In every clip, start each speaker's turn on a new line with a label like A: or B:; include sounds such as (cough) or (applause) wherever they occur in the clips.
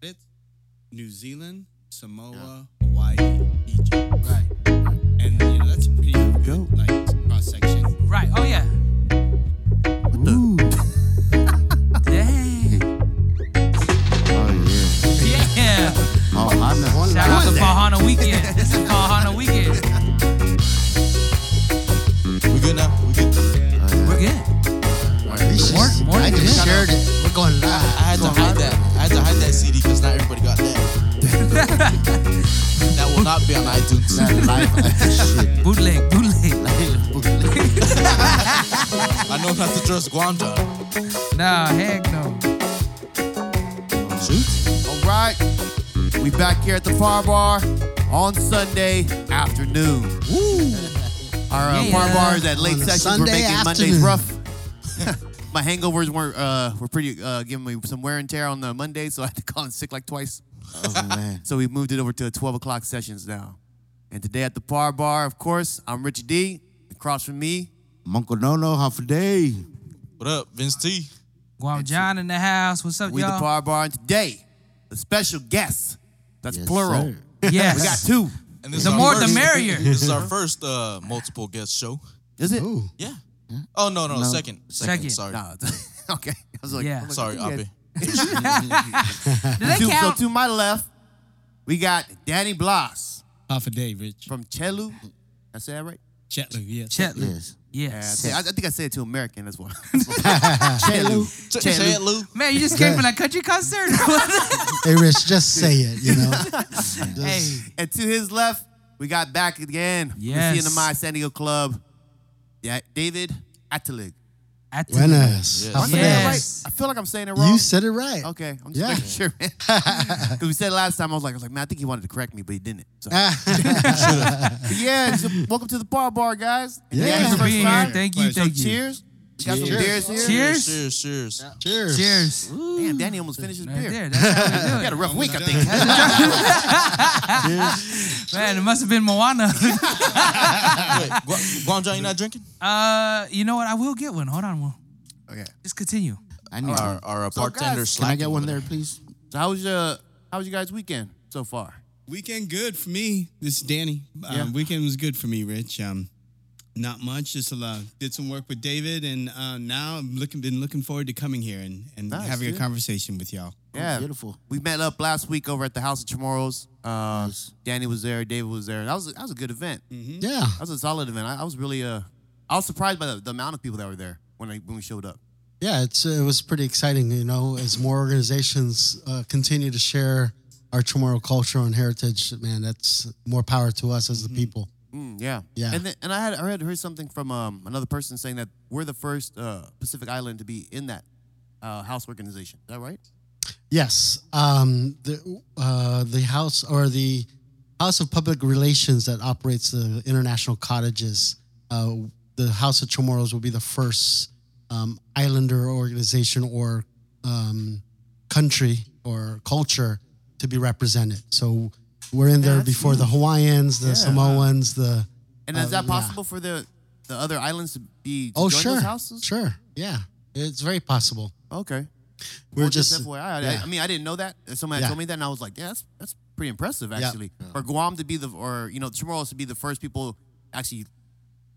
A: Fifth, New Zealand, Samoa, Hawaii, Egypt.
B: Right.
A: And you know, that's a pretty
B: Go.
A: good like cross section.
C: Right. Oh yeah. (laughs)
B: Ooh.
C: Dang.
B: Oh yeah.
C: Yeah.
B: Oh, I'm the
C: Shout out to
B: One that.
C: Pahana Weekend. This is Pahana Weekend.
A: We're good now. We're good.
C: We're good.
B: This
C: More-
B: is-
C: more
B: I
C: than
B: just
C: that.
B: shared it. We're going live.
D: I had to hide that. I had to hide that CD because not everybody got
A: (laughs)
D: that. that will not be on iTunes.
E: (laughs)
B: That live.
C: Bootleg, bootleg.
B: Shit.
D: I know not to trust Guanja.
C: Nah, heck no.
D: Shoot.
B: All right. We back here at the Far Bar on Sunday afternoon. Woo. Our uh,
C: Yeah.
B: Far Bar is at late
E: On a
B: sessions. We're
E: Sunday
B: making
E: afternoon.
B: Mondays
E: (laughs)
B: rough. My hangovers were uh, were pretty uh, giving me some wear and tear on the Monday, so I had to call in sick like twice.
E: Oh man.
B: So we moved it over to 12 o'clock sessions now. And today at the Far Bar, of course, I'm Richie D. Across from me,
E: Monko Nono, half a day.
D: What up, Vince T?
C: Guam John in the house. What's up,
B: we the
C: y'all?
B: (laughs) Far Bar, and today the special guest. That's
E: Yes,
B: plural.
E: sir.
C: Yes.
B: We got two.
D: And this
C: The
D: is our
C: more, the
D: first-
C: merrier.
D: This is our first uh, multiple guest show.
B: Is it?
E: Ooh.
D: Yeah. Oh no no,
E: No.
D: second
C: Second.
D: second, sorry
B: No. it's- (laughs) okay. I was like,
C: Yeah.
B: I'm like,
D: sorry
B: I think we
D: Abe.
C: Do they
B: had- Two, so
C: count?
B: to my left, we got Danny Blas
A: Half a day, Rich.
B: from Chelu. I said that right?
A: Chetler, yeah.
C: Chetland.
E: Yes.
B: Yeah, I,
C: Yes.
B: said- I- I think I said it to
C: (laughs)
B: American. (laughs) That's why. Chelu.
D: Ch- Say it, Lou.
C: Man, you just came from that country
B: (laughs)
C: concert.
E: Hey Rich, just say it, you (laughs) know. Just-
C: hey.
B: And to his left, we got back again. from
C: Yes.
B: the CNMI San Diego Club. Yeah, David Atalig.
C: I think-
E: Buenas.
D: Yes.
E: Half a
B: Am I saying that
E: day.
C: Yes.
B: right? I feel like I'm saying it wrong.
E: You said it right.
B: Okay, I'm just
E: Yeah.
B: making sure,
E: (laughs)
B: man. (laughs) Because we said last time, I was like, I was like, man, I think he wanted to correct me, but he didn't. So. But yeah, so welcome to the Bar Bar, guys.
E: Yeah.
B: Thank
E: Thank
B: you
E: you
C: for being
B: time.
C: here. Thank you,
A: So
B: So
C: thank you.
B: cheers. We Got some
E: Cheers.
B: beers here.
C: Cheers.
D: Cheers cheers.
E: (laughs) Cheers.
C: Cheers.
B: Damn, Danny almost finished his
C: Right
B: beer.
C: there. That's how we do
B: (laughs) He had a
C: it.
E: Oh,
B: rough week, I think.
C: Man, it must have been
B: (laughs)
C: Moana.
D: Wait, Gu- Guanja, you not drinking?
C: uh, you know what? I will get one. Hold on, Will.
B: okay.
C: Just continue.
E: I need
D: Our,
E: one.
D: our uh,
B: So, guys,
D: bartender
E: Can I
D: slacking
E: get one
D: over
E: there, please?
B: (laughs) So how was your how was your guys' weekend so far?
A: Weekend good for me. This is Danny. Um,
B: Yeah.
A: Weekend was good for me, Rich. Um, not much. Just a lot. Did some work with David, and uh, now I'm looking. Been looking forward to coming here and, and
B: Nice,
A: having
B: dude.
A: a conversation with y'all.
B: Yeah.
E: Beautiful.
B: We met up last week over at the House of Tomorrow's. Uh, Danny was there, David was there. That was that was a good event.
E: Mm. Yeah.
B: That was a solid event. I, I was really uh, I was surprised by the, the amount of people that were there when I, when we showed up.
E: Yeah, it's it was pretty exciting, you know, as more organizations uh, continue to share our Chamorro culture and heritage, man, that's more power to us as the people.
B: Mm, yeah.
E: Yeah.
B: And then, and I had I had heard something from um, another person saying that we're the first uh, Pacific Island to be in that uh, house organization. Is that right?
E: Yes, um, the uh, the house or the House of Public Relations that operates the international cottages, uh, the House of Chamorros will be the first um, islander organization or um, country or culture to be represented. So we're in there
B: that's
E: before the Hawaiians, the
B: Yeah.
E: Samoans, the
B: And is
E: Uh,
B: that
E: yeah.
B: possible for the the other islands to be to
E: oh
B: join
E: sure,
B: those houses?
E: sure, yeah, it's very possible.
B: Okay.
E: We're
B: Well,
E: just
B: FYI. I- I,
E: yeah.
B: I mean, I didn't know that. Somebody
E: Yeah.
B: told me that, and I was like, yeah, that's, that's pretty impressive,
E: Yeah.
B: actually. For Guam to be the, or, you know, Chamorros to be the first people actually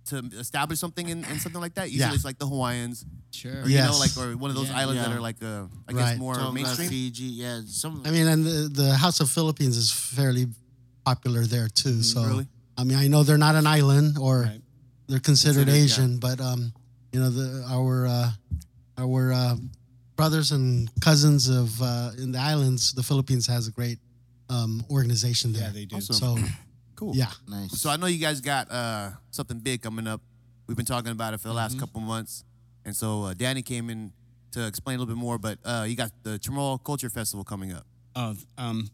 B: to establish something in, in something like that. Usually
E: Yeah.
B: it's like the Hawaiians,
A: Sure.
B: or, you know,
E: Yes.
B: like, or one of those
A: Yeah,
B: islands that
F: yeah.
B: are like, uh, I guess
E: Right.
B: more
F: Tonga,
B: mainstream.
F: Fiji, yeah, some.
E: I mean, and the, the House of Philippines is fairly popular there
C: Mm,
E: too. So,
B: really?
E: I mean, I know they're not an island or
A: Right.
E: they're considered, Asian,
B: Considered, yeah.
E: but um, you know, the our uh, our uh, brothers and cousins of uh, in the islands, the Philippines has a great um, organization there.
A: Yeah, they do.
B: Awesome.
E: So,
C: oh,
B: Cool.
E: yeah,
F: nice.
B: So I know you guys got uh, something big coming up. We've been talking about it for the last
E: Mm-hmm.
B: couple months, and so uh, Danny came in to explain a little bit more. But uh, you got the Chamorro Culture Festival coming up.
A: Oh, um,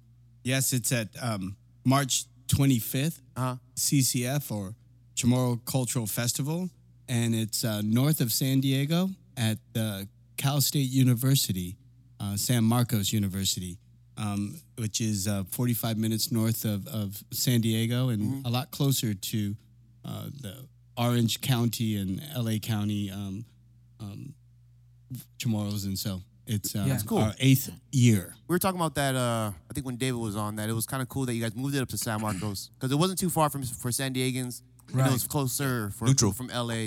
A: yes, it's at um, March 25th,
B: Uh-huh.
A: CCF or Chamorro Cultural Festival, and it's uh, north of San Diego at the Cal State University, uh, San Marcos University, um, which is uh, 45 minutes north of, of San Diego and a lot closer to uh, the Orange County and LA County um, um, Chamorros, and so It's uh,
C: Yeah. That's
B: cool.
A: our eighth year.
B: We were talking about that. Uh, I think when David was on, that it was kind of cool that you guys moved it up to San Marcos because it wasn't too far from for San Diegans. and
C: Right.
B: it was closer for
D: Neutral.
B: from LA,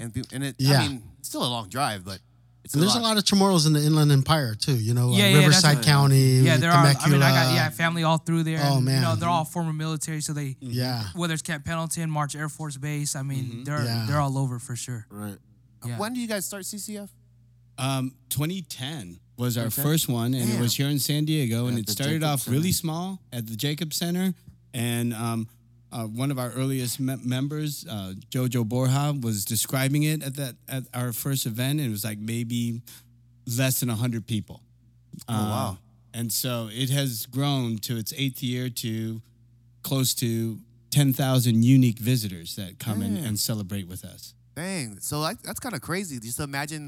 B: and pe- and it.
E: Mm-hmm. Yeah.
B: I mean, it's still a long drive, but it's
E: And there's a lot of Chamorros in the Inland Empire too. You know, uh,
C: Yeah, yeah, that's
E: Riverside
C: what-
E: County,
C: Yeah, there are. I mean, I got
E: Temecula.
C: yeah family all through there.
E: Oh,
C: and, you
E: man.
C: know they're all former military, so they
E: Yeah.
C: whether it's Camp Pendleton, March Air Force Base. I mean, they're
E: Yeah.
C: they're all over for sure.
D: Right.
C: Yeah.
B: When do you guys start CCF?
A: Um, 2010 was our first one, and it was here in San Diego, and
D: At
A: it
D: the
A: started
D: Jacob
A: off
D: Center.
A: really small at the Jacob Center, and um, uh, one of our earliest me- members, uh, Jojo Borja, was describing it at that at our first event, and it was like maybe less than hundred people. Oh
B: wow.
A: And so it has grown to its eighth year to close to 10,000 unique visitors that come
D: Mm.
A: in and celebrate with us.
B: Dang, so like, that's kind of crazy. Just imagine,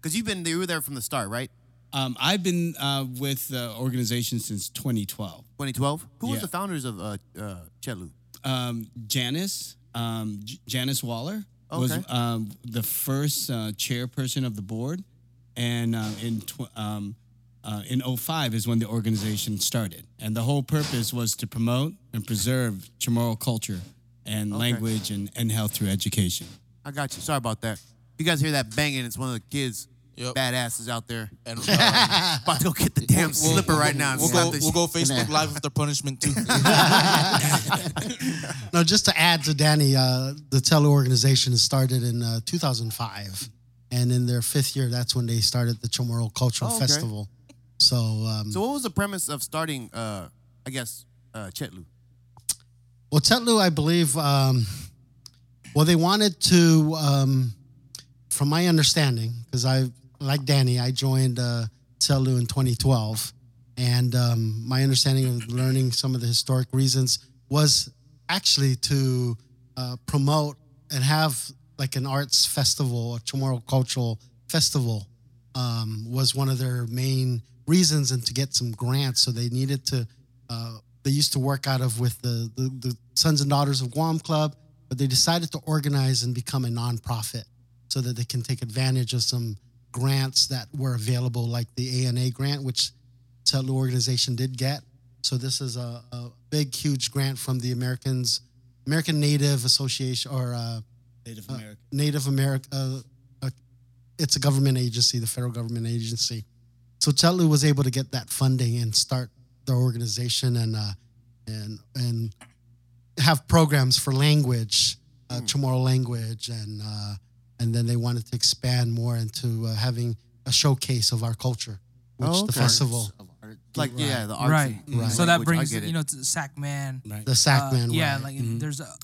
B: because you've been you were there from the start, right?
A: Um, I've been uh, with the organization since 2012.
B: 2012. Who was
A: Yeah.
B: the founders of uh, uh, Chetlu?
A: Um, Janice, um, J- Janice Waller was
B: Okay.
A: um, the first uh, chairperson of the board, and um, in tw- um, uh, in 05 is when the organization started, and the whole purpose was to promote and preserve Chamorro culture and language and, and health through education.
B: I got you. Sorry about that. You guys hear that banging? It's one of the kids,
D: Yep.
B: badasses out there. (laughs)
D: And uh,
B: About to go get the damn slipper right now. and
D: We'll
B: slap
D: go.
B: this
D: We'll
B: shit.
D: go Facebook Live with their punishment
B: (laughs)
D: too.
B: Oh,
E: No, just to add to Danny, uh, the Telu organization started in uh, 2005, and in their fifth year, that's when they started the Chamorro Cultural
B: Oh, okay.
E: Festival. So, um,
B: So, what was the premise of starting? Uh, I guess uh, Chetlu.
E: Well, Tetlu, I believe, um, well, they wanted to, um, from my understanding, because I, like Danny, I joined uh, Tetlu in 2012. And um, my understanding of learning some of the historic reasons was actually to uh, promote and have like an arts festival, a Chamorro cultural festival, um, was one of their main reasons, and to get some grants. So they needed to. Uh, they used to work out of with the, the the Sons and Daughters of Guam Club, but they decided to organize and become a nonprofit so that they can take advantage of some grants that were available, like the ANA grant, which Tuttle organization did get. So this is a, a big, huge grant from the Americans, American Native Association or uh,
A: Native American.
E: Native America. Uh, uh, it's a government agency, the federal government agency. So Tuttle was able to get that funding and start their organization and uh, and and have programs for language, uh,
D: Hmm.
E: Chamorro language, and uh, and then they wanted to expand more into uh, having a showcase of our culture, which
B: Oh,
E: the
B: okay.
E: festival,
B: Like yeah, the arts.
C: Right. Mm-hmm.
B: and-
E: Right.
C: So that
B: language, I
C: brings
B: get it.
C: you know to Sac Man.
A: Right.
E: the
C: uh,
E: Sacman.
C: yeah,
E: right.
C: like there's uh,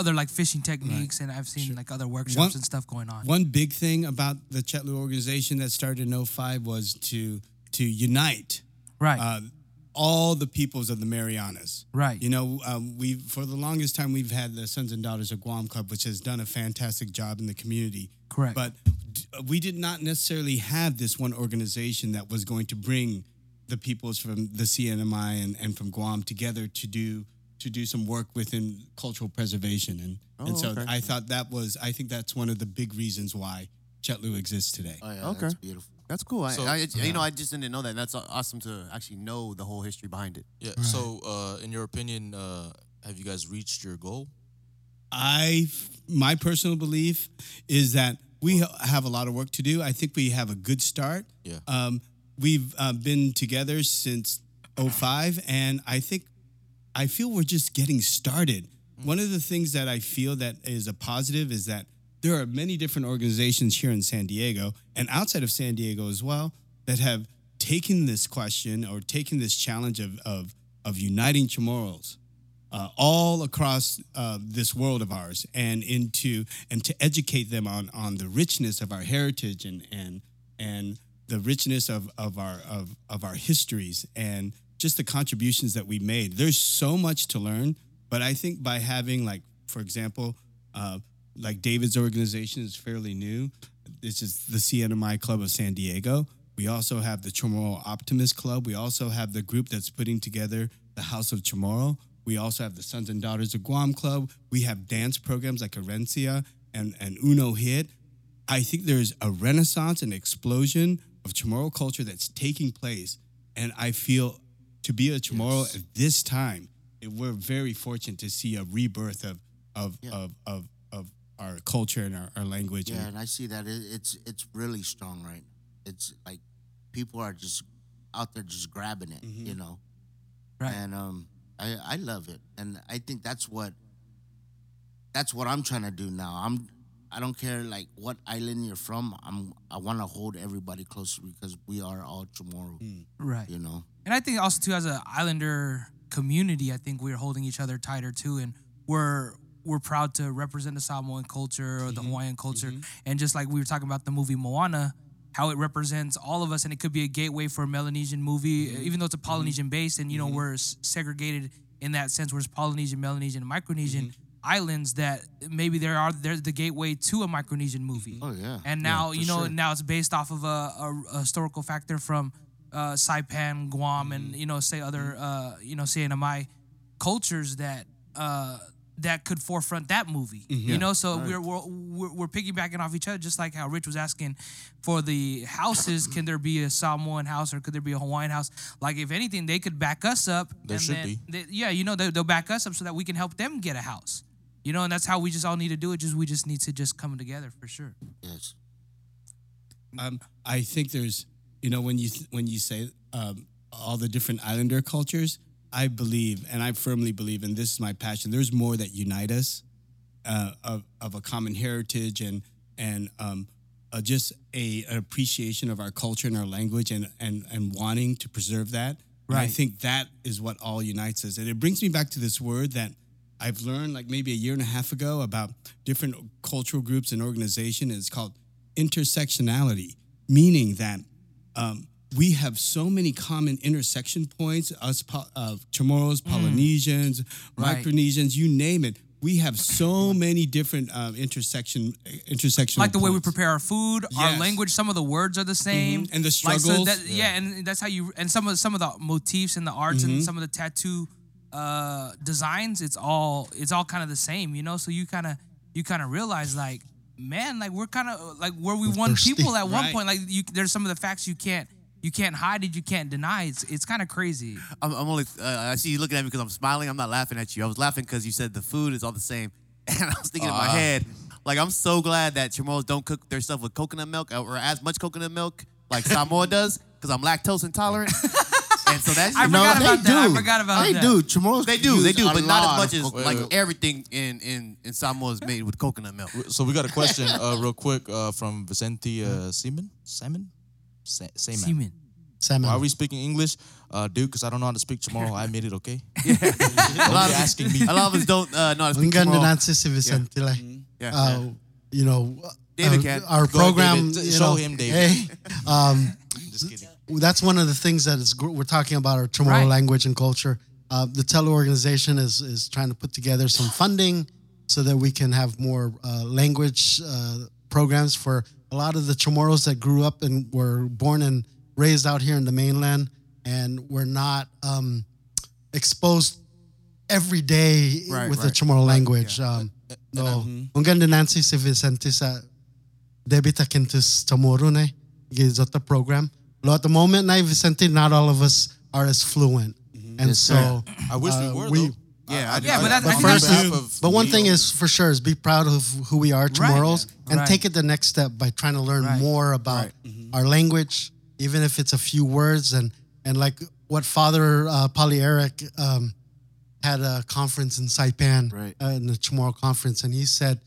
C: other like fishing techniques, and I've seen like other workshops
A: One-
C: and stuff going on.
A: One big thing about the Chetlu organization that started in 05 was to to unite
C: right.
A: uh, all the peoples of the Marianas.
C: Right.
A: You know, um, we for the longest time we've had the Sons and Daughters of Guam Club, which has done a fantastic job in the community.
C: Correct.
A: But d- uh, we did not necessarily have this one organization that was going to bring the peoples from the CNMI and, and from Guam together to do to do some work within cultural preservation. And
C: Oh,
A: and so I thought that was I think that's one of the big reasons why Chetlu exists today.
D: Oh, yeah,
B: Okay.
D: That's beautiful.
B: That's cool. I,
D: So-
B: I, you know, I just didn't know that. And that's awesome to actually know the whole history behind it.
D: Yeah. So, uh, in your opinion, uh, have you guys reached your goal?
A: I, my personal belief is that we ha- have a lot of work to do. I think we have a good start.
D: Yeah.
A: Um, we've uh, been together since 05, and I think, I feel we're just getting started. One of the things that I feel that is a positive is that there are many different organizations here in San Diego and outside of San Diego as well that have taken this question or taken this challenge of, of, of uniting Chamorros uh, all across uh, this world of ours and into and to educate them on on the richness of our heritage and and and the richness of of our of, of our histories and just the contributions that we made there's so much to learn but i think by having like for example uh, like david's organization is fairly new this is the cnmi club of san diego we also have the chamorro optimist club we also have the group that's putting together the house of chamorro we also have the Sons and Daughters of Guam Club. We have dance programs like Herencia and, and Uno Hit. I think there's a renaissance and explosion of Chamorro culture that's taking place. And I feel to be a Chamorro at this time, it- we're very fortunate to see a rebirth of of
F: Yeah.
A: of, of of our culture and our, our language.
F: Yeah,
A: and-
F: and I see that it, it's it's really strong right now. It's like people are just out there just grabbing it, you know.
C: Right.
F: And um, I I love it, and I think that's what that's what I'm trying to do now. I'm I don't care like what island you're from. I'm I want to hold everybody closer because we are all tomorrow,
C: Right.
F: you know.
C: And I think also too, as an Islander community, I think we're holding each other tighter too, and we're we're proud to represent the Samoan culture or the Hawaiian culture, and just like we were talking about the movie Moana, how it represents all of us, and it could be a gateway for a Melanesian movie, even though it's a Polynesian based, and you know we're s- segregated in that sense, whereas Polynesian, Melanesian, and Micronesian. Islands that maybe there are they're the gateway to a Micronesian movie.
F: Oh, yeah.
C: And now you know now it's based off of a, a, a historical factor from uh, Saipan, Guam, and you know say other uh, you know CNMI cultures that uh, that could forefront that movie. You know, so we're, we're we're we're piggybacking off each other, just like how Rich was asking for the houses. can there be a Samoan house or could there be a Hawaiian house? Like if anything, they could back us up.
D: There
C: and
D: should
C: then
D: be.
C: they- yeah, you know they, they'll back us up so that we can help them get a house. You know, and that's how we just all need to do it. Just we just need to just come together for sure.
F: Yes.
A: Um, I think there's, you know, when you when you say um, all the different Islander cultures, I believe, and I firmly believe, and this is my passion. There's more that unite us, uh, of of a common heritage and and um, uh, just a an appreciation of our culture and our language, and and and wanting to preserve that. And I
C: Right.
A: think that is what all unites us, and it brings me back to this word that. I've learned like maybe a year and a half ago about different cultural groups and organization. It's called intersectionality, meaning that um, we have so many common intersection points. Us Po- uh, Chamorros, Polynesians,
C: Mm. Right.
A: Micronesians, you name it. We have so
C: (laughs)
A: many different um, intersection intersection.
C: like the way we
A: points.
C: prepare our food, our
A: Yes. Mm-hmm.
C: language. Some of the words are the same,
A: And the
C: Like, so
A: struggles.
C: that, yeah. and that's how you. And some of some of the motifs and the arts and
A: Mm-hmm.
C: some of the tattoo uh, designs. It's all it's all kind of the same, you know. So you kind of you kind of realize like, man, like we're kind of like were we one
E: thirsty.
C: people at one
A: Right.
C: point? Like you, there's some of the facts you can't you can't hide it, you can't deny. It's it's kind of crazy.
B: I'm, I'm only. Uh, I see you looking at me because I'm smiling. I'm not laughing at you. I was laughing because you said the food is all the same, (laughs) and I was thinking in my
D: Ah.
B: head, like I'm so glad that Chamorros don't cook their stuff with coconut milk uh, or as much coconut milk like Samoa does, because I'm lactose intolerant, and so that's
C: I forgot
F: they
C: about that.
F: do.
C: I forgot about
F: they
C: that.
F: do. Chamorros
B: They do, they
F: use
B: do,
F: a
B: but not
F: lot
B: as much
F: of
B: as
F: coconut.
B: like
D: wait.
B: everything in in in Samoa is made with coconut milk.
D: So we got a question uh, real quick uh, from Vicente uh, Seaman. Salmon? Sa- Seaman.
C: Semen.
E: Salmon.
D: Why are we speaking English, uh, dude? Because I don't know how to speak tomorrow. I made it,
B: (laughs)
D: okay?
B: A lot
D: You're
B: of
D: asking me.
B: a lot of us don't uh, know how to speak
E: Ungan
B: Chamorro.
E: Nanansi si Vicente. like,
D: Mm-hmm.
B: Yeah.
E: uh, you know,
B: David
E: uh,
B: can.
E: our
D: Go ahead,
E: program.
D: David.
E: you
D: Show
E: know,
D: him, David.
E: Hey, um,
D: Just kidding.
E: that's one of the things that is gr- we're talking about our Chamorro
C: Right.
E: language and culture. Uh, the Telo organization is is trying to put together
B: (sighs)
E: some funding so that we can have more uh, language uh, programs for a lot of the Chamorros that grew up and were born and raised out here in the mainland and were not um, exposed every day
B: Right,
E: with the
B: right, Uh,
E: Chamorro language. Um, no,
B: mm-hmm.
E: ang ganda Nancy uh, si Vicente sa debita kintus tomorrow na the program. Lo at the moment na Vicente, not all of us are as fluent, and so.
D: I wish
E: uh,
D: we were,
E: we-
D: though.
B: Yeah, I-
C: Yeah, but that's- I
D: on
C: think that's-
D: behalf of
E: But one
D: Leo,
E: thing is for sure is be proud of who we are tomorrow's and
C: Right.
E: take it the next step by trying to learn
C: Right. Mm-hmm.
E: more about our language, even if it's a few words and and like what Father uh, Polly Eric um, had a conference in Saipan,
F: Right.
E: uh, in the Chamorro conference, and he said,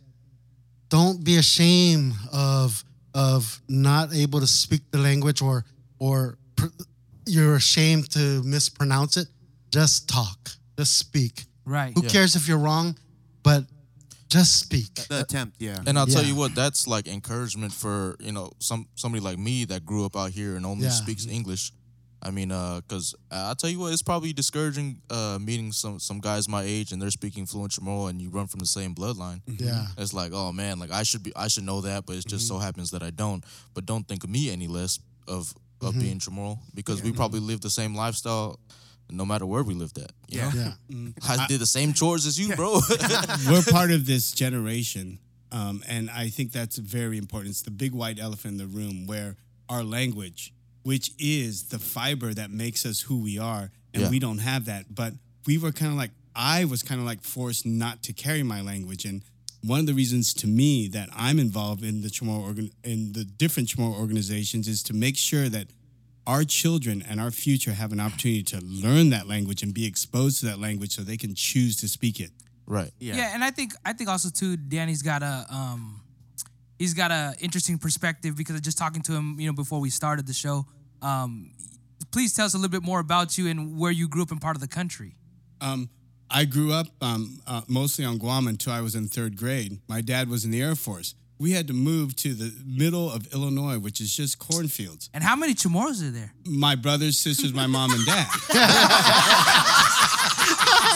E: "Don't be ashamed of of not able to speak the language or or pr- you're ashamed to mispronounce it. Just talk, just speak."
C: Right.
E: Who cares if you're wrong? But just speak.
B: The attempt, yeah.
D: And I'll tell
E: Yeah.
D: you what, that's like encouragement for you know some somebody like me that grew up out here and only
E: Yeah.
D: speaks English. I mean, uh, cause I- I'll tell you what, it's probably discouraging uh, meeting some some guys my age and they're speaking fluent Chamorro and you run from the same bloodline.
E: Yeah.
D: It's like, oh man, like I should be, I should know that, but it just
F: Mm-hmm.
D: so happens that I don't. But don't think of me any less of of
F: Mm-hmm.
D: being Chamorro because we probably live the same lifestyle, no matter where we lived at. You
B: Yeah.
D: know? (laughs)
E: Yeah.
A: Mm-hmm.
D: I did the same chores as you, bro. (laughs)
A: (laughs) we're part of this generation, um, and I think that's very important. It's the big white elephant in the room where our language, which is the fiber that makes us who we are. And
D: Yeah.
A: we don't have that. But we were kind of like, I was kind of like forced not to carry my language. And one of the reasons to me that I'm involved in the Chamorro organ- in the different Chamorro organizations is to make sure that our children and our future have an opportunity to learn that language and be exposed to that language so they can choose to speak it.
D: Right.
B: Yeah.
C: Yeah, and I think I think also too, Danny's got a um, he's got a interesting perspective because just talking to him, you know, before we started the show. Um, please tell us a little bit more about you and where you grew up and part of the country.
A: Um, I grew up um, uh, mostly on Guam until I was in third grade. My dad was in the Air Force. We had to move to the middle of Illinois, which is just cornfields.
C: And how many Chamorros are
D: (laughs)
C: there?
A: My brothers, sisters, my mom, and
F: (laughs)
A: dad.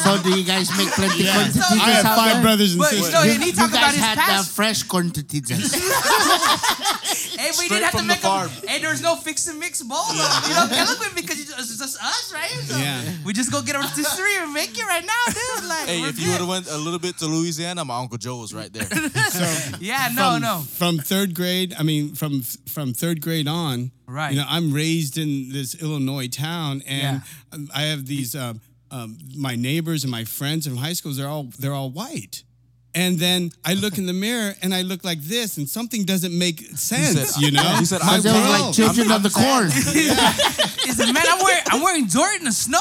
F: So do you guys make plenty yeah.
A: I have five brothers and
C: But
A: sisters.
C: no, Oh, and he
F: You
C: talked
F: guys
C: about his
F: had
C: past.
F: the
B: (laughs)
F: fresh contitas.
C: Hey, we
D: Straight
C: didn't have to
D: from the
C: make
D: farm.
C: them. Hey, there's no fix and mix bowl. (laughs) You know, eloquent because you just, it's just us, right? So
A: Yeah.
C: We just go get our rotisserie and make it right now, dude. Like,
D: Hey,
C: we're
D: if you
C: good.
D: would have went a little bit to Louisiana, my uncle Joe
C: (laughs)
D: was right there.
C: yeah, Oh, no,
A: from,
C: no,
A: From third grade, I mean, from from third grade on,
C: Right.
A: You know, I'm raised in this Illinois town, and I have these um, um, my neighbors and my friends from high schools. They're all they're all white, and then I look in the mirror and I look like this, and something doesn't make sense. you know,
D: he said,
A: My
D: "I'm
F: They were like
A: world-
F: children of the corn.
C: Is it, man, I'm wearing I'm wearing Jordan in the snow.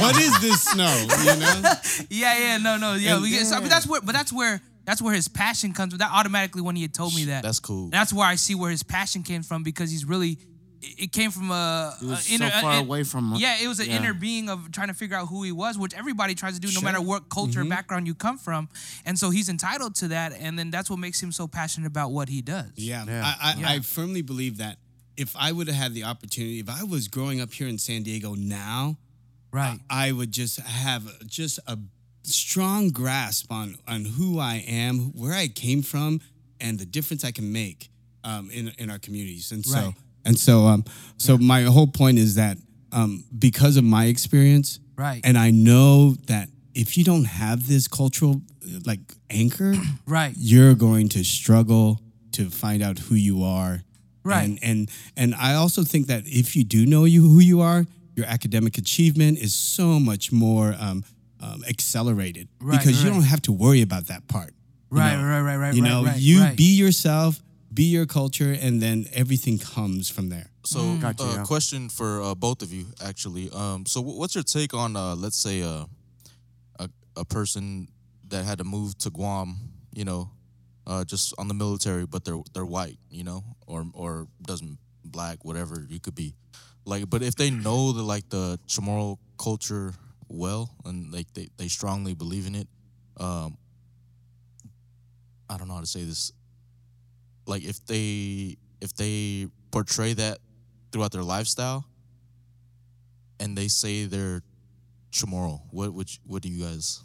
A: what is this snow? You know,
C: Yeah, yeah, no, no, yeah.
A: And-
C: we get, so, but that's where, but that's where, that's where his passion comes. That automatically when he had told me that,
D: That's cool.
C: that's where I see where his passion came from because he's really, it it came from a,
F: He was
C: a inner,
F: so far
C: a-
F: away from uh,
C: yeah, it was an
F: yeah.
C: inner being of trying to figure out who he was, which everybody tries to do, no matter what culture
F: Mm-hmm.
C: background you come from. And so he's entitled to that, and then that's what makes him so passionate about what he does.
A: Yeah, I, I, I firmly believe that if I would have had the opportunity, if I was growing up here in San Diego now,
C: right.
A: I would just have just a strong grasp on on who I am, where I came from, and the difference I can make um, in in our communities. And so
C: Right.
A: and so um, so my whole point is that um, because of my experience,
C: Right.
A: and I know that if you don't have this cultural uh, like anchor,
C: Right.
A: you're going to struggle to find out who you are.
C: Right.
A: And and and I also think that if you do know you who you are, your academic achievement is so much more um, um, accelerated
C: Right,
A: because you
C: right.
A: don't have to worry about that part. you
C: Right,
A: know?
C: right, right, right,
A: You
C: right,
A: know,
C: right,
A: you
C: right.
A: be yourself, be your culture, and then everything comes from there.
D: So, uh, question for uh, both of you, actually. Um, so, wh- what's your take on, uh, let's say, uh, a a person that had to move to Guam, you know, uh, just on the military, but they're they're white, you know, or or doesn't black, whatever you could be, like. But if they know the like the Chamorro culture well, and like they they strongly believe in it, um, I don't know how to say this. Like if they if they portray that throughout their lifestyle, and they say they're Chamorro, what would you, what do you guys?